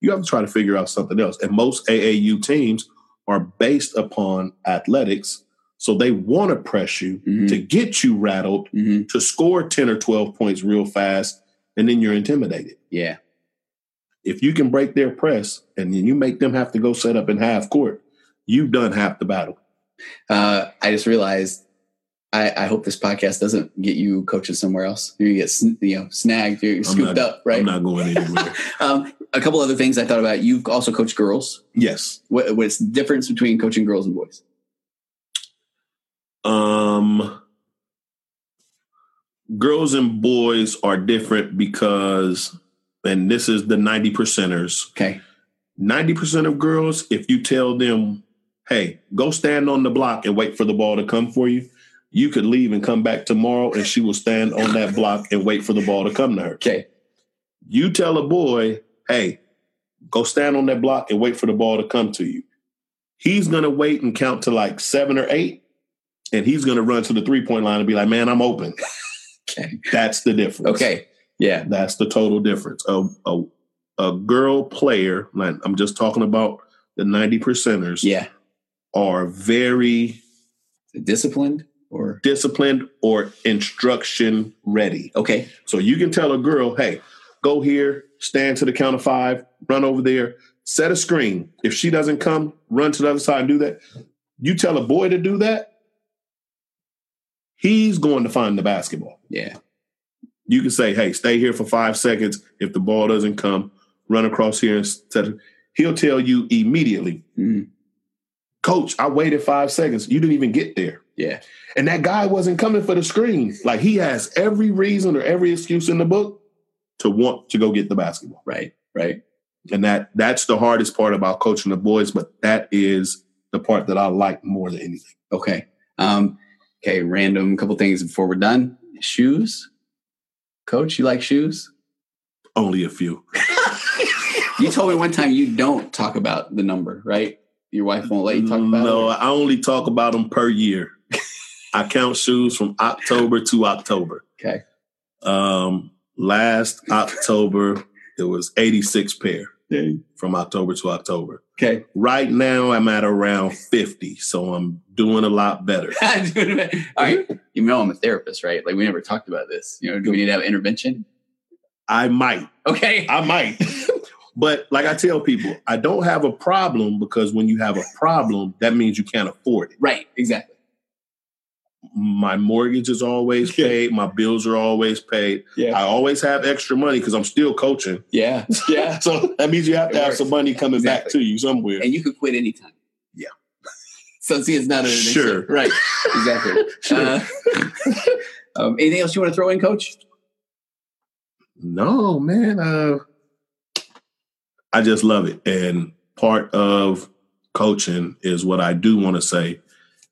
you have to try to figure out something else. And most AAU teams are based upon athletics. So they want to press you
Mhm.
to get you rattled,
Mhm.
to score 10 or 12 points real fast, and then you're intimidated.
Yeah.
if you can break their press and then you make them have to go set up in half court, you've done half the battle.
Uh, I just realized I- I, I hope this podcast doesn't get you coaches somewhere else. You get sn- you know snagged, you're scooped
not,
up, right?
I'm not
[LAUGHS]
going anywhere.
Um, a couple other things I thought about. You've also coached girls.
yes.
What, what's the difference between coaching girls and boys?
Um, girls and boys are different because, and this is the 90 percenters.
Okay,
90% of girls, if you tell them, hey, go stand on the block and wait for the ball to come for you, you could leave and come back tomorrow and she will stand on that block and wait for the ball to come to her.
okay,
You tell a boy, hey, go stand on that block and wait for the ball to come to you. He's going to wait and count to like seven or eight, and he's going to run to the three point line and be like, man, I'm open.
okay,
That's the difference.
okay. Yeah,
That's the total difference. A, a, a girl player, like, I'm just talking about the 90 percenters,
yeah.
are very
Disciplined or
disciplined or instruction ready.
okay,
So you can tell a girl, hey, go here, stand to the count of five, run over there, set a screen. If she doesn't come, run to the other side and do that. You tell a boy to do that, he's going to find the basketball.
yeah,
You can say, hey, stay here for five seconds. If the ball doesn't come, run across here and set. it." He'll tell you immediately,
mm,
coach, I waited five seconds. You didn't even get there.
yeah,
And that guy wasn't coming for the screen. Like he has every reason or every excuse in the book to want to go get the basketball.
right, right.
And that that's the hardest part about coaching the boys, but that is the part that I like more than anything.
Okay. Um, okay, random couple things before we're done. Shoes. Coach, you like shoes?
Only a few.
You told me one time you don't talk about the number, right? Your wife won't let you talk about
no,
it.
I only talk about them per year. I count shoes from October to October.
Okay.
Um, last October it was 86 pair
Dang.
from October to October.
Okay. [LAUGHS]
Right now, I'm at around 50, so I'm doing a lot [LAUGHS] better.
All right. You know I'm a therapist, right? Like we never talked about this. You know, do we need to have intervention?
I might,
Okay.
I might. but like I tell people, I don't have a problem because when you have a problem, that means you can't afford it.
Right, exactly.
My mortgage is always
Yeah.
paid, my bills are always paid.
Yeah.
I always have extra money because I'm still coaching.
Yeah.
[LAUGHS]
Yeah.
So that means you have to
It
have
works.
some money coming back
Exactly.
to you somewhere.
And you could quit anytime.
Yeah.
[LAUGHS] So see it's not an addiction.
Sure.
Right. Exactly.
[LAUGHS]
Uh, [LAUGHS] um, anything else you want to throw in, coach?
No, man. Uh, I just love it. And part of coaching is what I do want to say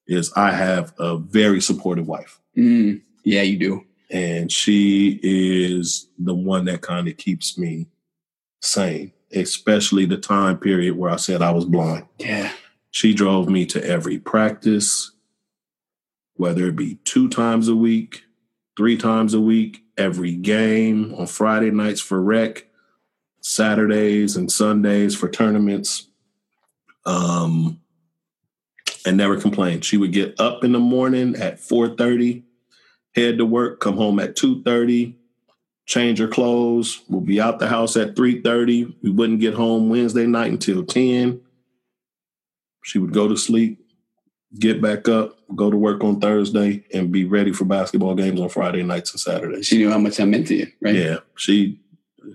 is I have a very supportive wife.
Mm, yeah, you do.
And she is the one that kind of keeps me sane, especially the time period where I said I was blind.
Yeah.
She drove me to every practice, whether it be two times a week, three times a week, every game on Friday nights for rec, Saturdays and Sundays for tournaments. Um, and never complained. She would get up in the morning at 4:30, head to work, come home at 2:30, change her clothes, we'll be out the house at 3:30. We wouldn't get home Wednesday night until 10. She would go to sleep, get back up, go to work on Thursday, and be ready for basketball games on Friday nights and Saturdays.
She knew how much I meant to you, right?
Yeah, she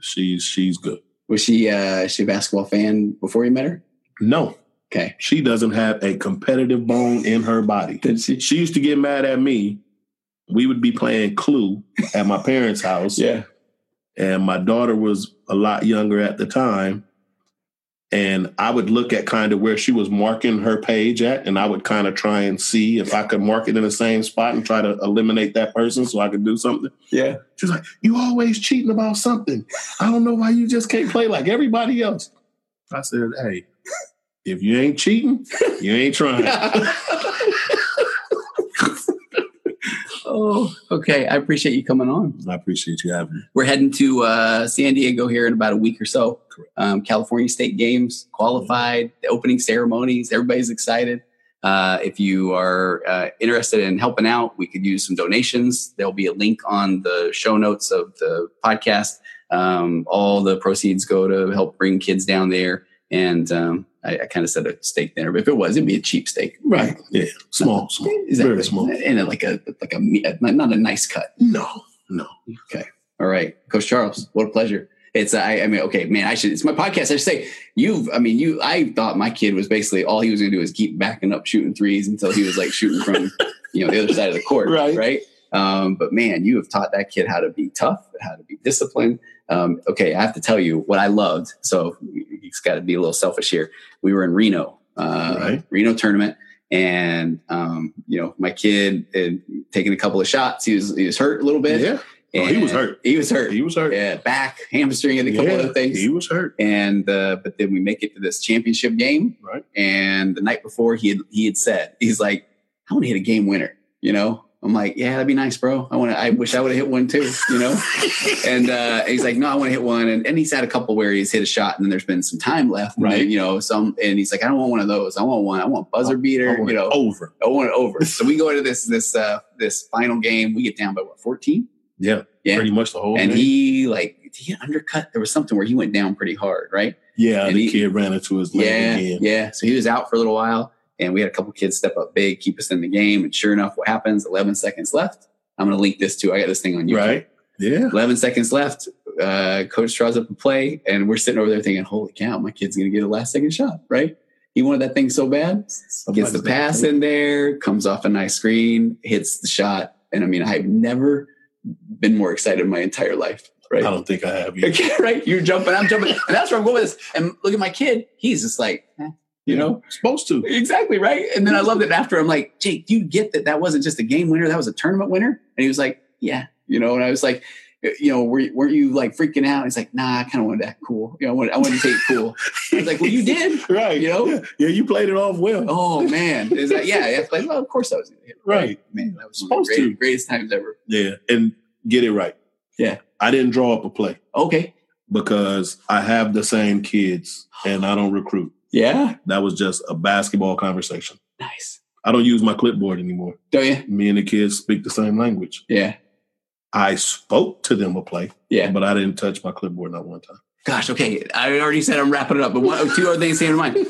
she's she's good.
Was she uh is she a basketball fan before you met her?
No,
Okay.
she doesn't have a competitive bone in her body.
Did she?
She used to get mad at me. We would be playing Clue at my parents' house,
Yeah.
and my daughter was a lot younger at the time. And I would look at kind of where she was marking her page at, and I would kind of try and see if I could mark it in the same spot and try to eliminate that person so I could do something.
Yeah.
She's like, You always cheating about something. I don't know why you just can't play like everybody else. I said, Hey, if you ain't cheating, you ain't trying.
[LAUGHS] oh, okay. I appreciate you coming on.
[LAUGHS] I appreciate you having me.
We're heading to uh, San Diego here in about a week or so. Um, California State Games qualified, the opening ceremonies. Everybody's excited. Uh, if you are uh, interested in helping out, we could use some donations. There'll be a link on the show notes of the podcast. Um, all the proceeds go to help bring kids down there. And um, I, I kind of said a steak dinner, but if it was, it'd be a cheap steak.
Right. Yeah. Small, small.
Exactly.
Very small.
And a- like a like a me- a- not a nice cut.
No, no.
All right, Coach Charles, what a pleasure. It's uh, I, I mean, okay, man, I should. It's my podcast. I should say you've. I mean, you. I thought my kid was basically all he was going to do is keep backing up shooting threes until he was like shooting from [LAUGHS] you know the other side of the court,
Right.
Right. Um, but man, you have taught that kid how to be tough, how to be disciplined. Um, okay, I have to tell you what I loved. So it's got to be a little selfish here. We were in Reno, uh,
Right.
Reno tournament, and um, you know my kid had taken a couple of shots. He was he was hurt a little bit.
Yeah. Oh, he was
And
hurt.
He was hurt.
He was hurt.
Yeah, back, hamstring, and a couple
Yeah,
other things.
He was hurt.
and uh, but then we make it to this championship game,
Right.
and the night before he had he had said he's like, I want to hit a game winner. You know, I'm like, yeah, that'd be nice, bro. I want to. I wish I would have hit one too. You
[LAUGHS]
know, and uh, he's like, no, I want to hit one. And, and he's had a couple where he's hit a shot, and then there's been some time left, and
Right.
then, you know, some, and he's like, I don't want one of those. I want one. I want buzzer beater.
Oh,
you know,
over.
I want it over. so we go into this this uh, this final game. We get down by what 14
Yeah.
Yeah.
Pretty much the whole
and
game.
he like did he get undercut. There was something where he went down pretty hard, right?
yeah,
and
the
he-
kid ran into his leg
yeah,
again.
yeah. So he was out for a little while, and we had a couple kids step up big, keep us in the game. And sure enough, what happens? Eleven seconds left. I'm going to link this too. I got this thing on YouTube.
Right? Yeah.
11 seconds left. Uh, coach draws up a play, and we're sitting over there thinking, "Holy cow, my kid's going to get a last second shot!" Right? He wanted that thing so bad. Gets the pass in there, comes off a nice screen, hits the shot, and I mean, I've never been more excited in my entire life.
I
Right?
don't think I have either.
[LAUGHS] right? You're jumping, I'm jumping. And that's where I'm going with this. And look at my kid. He's just like, eh, you know,
Supposed to.
exactly right. And then I loved it after. I'm like, Jake, do you get that that wasn't just a game winner? That was a tournament winner? And he was like, yeah. You know, and I was like, you know, were, weren't you like freaking out? He's like, nah, I kind of wanted to act cool. You know, I wanted, I wanted to take cool. I was like, well, you did.
[LAUGHS] Right.
You know?
Yeah, Yeah, you played it off well.
Oh, man. Is that, yeah. It's like, well, of course I was going to hit it.
Right.
Man, that was one of
Supposed
the great-
to.
greatest times ever.
Yeah. And get it right.
Yeah.
I didn't draw up a play
Okay.
because I have the same kids and I don't recruit.
Yeah.
That was just a basketball conversation.
Nice.
I don't use my clipboard anymore.
Don't you?
Me and the kids speak the same language.
Yeah.
I spoke to them a play,
Yeah.
but I didn't touch my clipboard not one time.
Gosh, okay. I already said I'm wrapping it up, but one, two other things came to mind.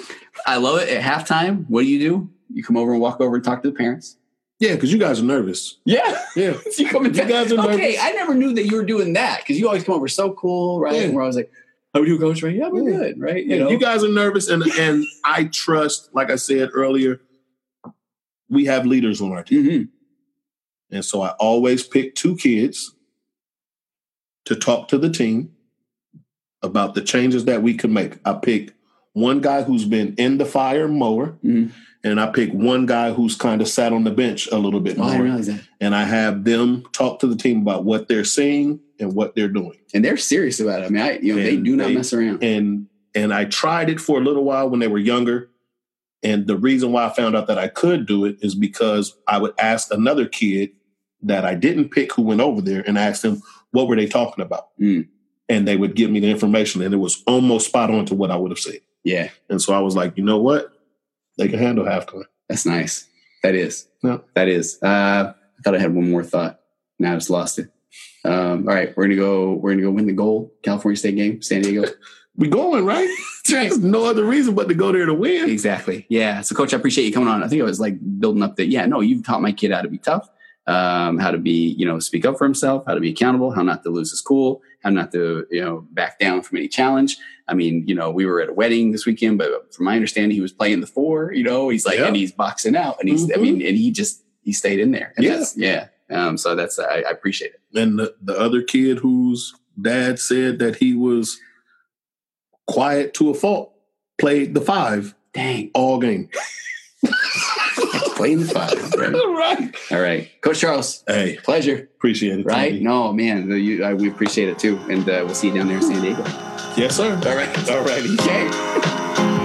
I love it. At halftime, what do you do? You come over and walk over and talk to the parents.
Yeah, because you guys are nervous.
Yeah, [LAUGHS]
Yeah.
you come and
You guys are
okay.
nervous.
I never knew that you were doing that because you always come over so cool, right?
Yeah.
And where I was like, "How are you, coach?" Right? Yeah, we're
Yeah.
good, right? You
You,
know,
you guys are nervous, and and I trust, like I said earlier, we have leaders on our team,
Mhm.
and so I always pick two kids to talk to the team about the changes that we could make. I pick one guy who's been in the fire mower,
Mhm.
and I pick one guy who's kind of sat on the bench a little bit
Oh, I
more,
didn't realize that.
and I have them talk to the team about what they're seeing and what they're doing.
And they're serious about it. I mean, I you know they
And
do not
they-
mess around.
and and I tried it for a little while when they were younger. And the reason why I found out that I could do it is because I would ask another kid that I didn't pick who went over there and ask them what were they talking about,
Mm.
and they would give me the information, and it was almost spot on to what I would have said.
yeah,
And so I was like, you know what, they can handle halftime.
that's nice. That is.
No.
that is. Uh, I thought I had one more thought. Now I just lost it. Um, all right, we're gonna go. We're gonna go win the goal. California State game, San Diego.
We going right? [LAUGHS]
That's right.
There's no other reason but to go there to win.
Exactly. Yeah. So, coach, I appreciate you coming on. I think I was like building up that. Yeah. No, you've taught my kid how to be tough, um, how to be, you know, speak up for himself, how to be accountable, how not to lose his cool, how not to, you know, back down from any challenge. I mean, you know, we were at a wedding this weekend, but from my understanding, he was playing the four. You know, he's like,
Yeah. Mm-hmm.
and he's boxing out, and he's, I mean, and he just he stayed in there. And
Yeah.
that's- yeah. Um, so that's I, I appreciate it.
And the, the other kid whose dad said that he was quiet to a fault played the five
Dang.
all game.
Playing the five.
[LAUGHS]
Right?
right.
[LAUGHS] All right, Coach Charles.
Hey,
Pleasure.
appreciate it.
Right?
Tony.
No, man. the- You, I, we appreciate it too, and uh, we'll see you down there in San Diego.
Yes, sir.
All right.
All righty.
Okay.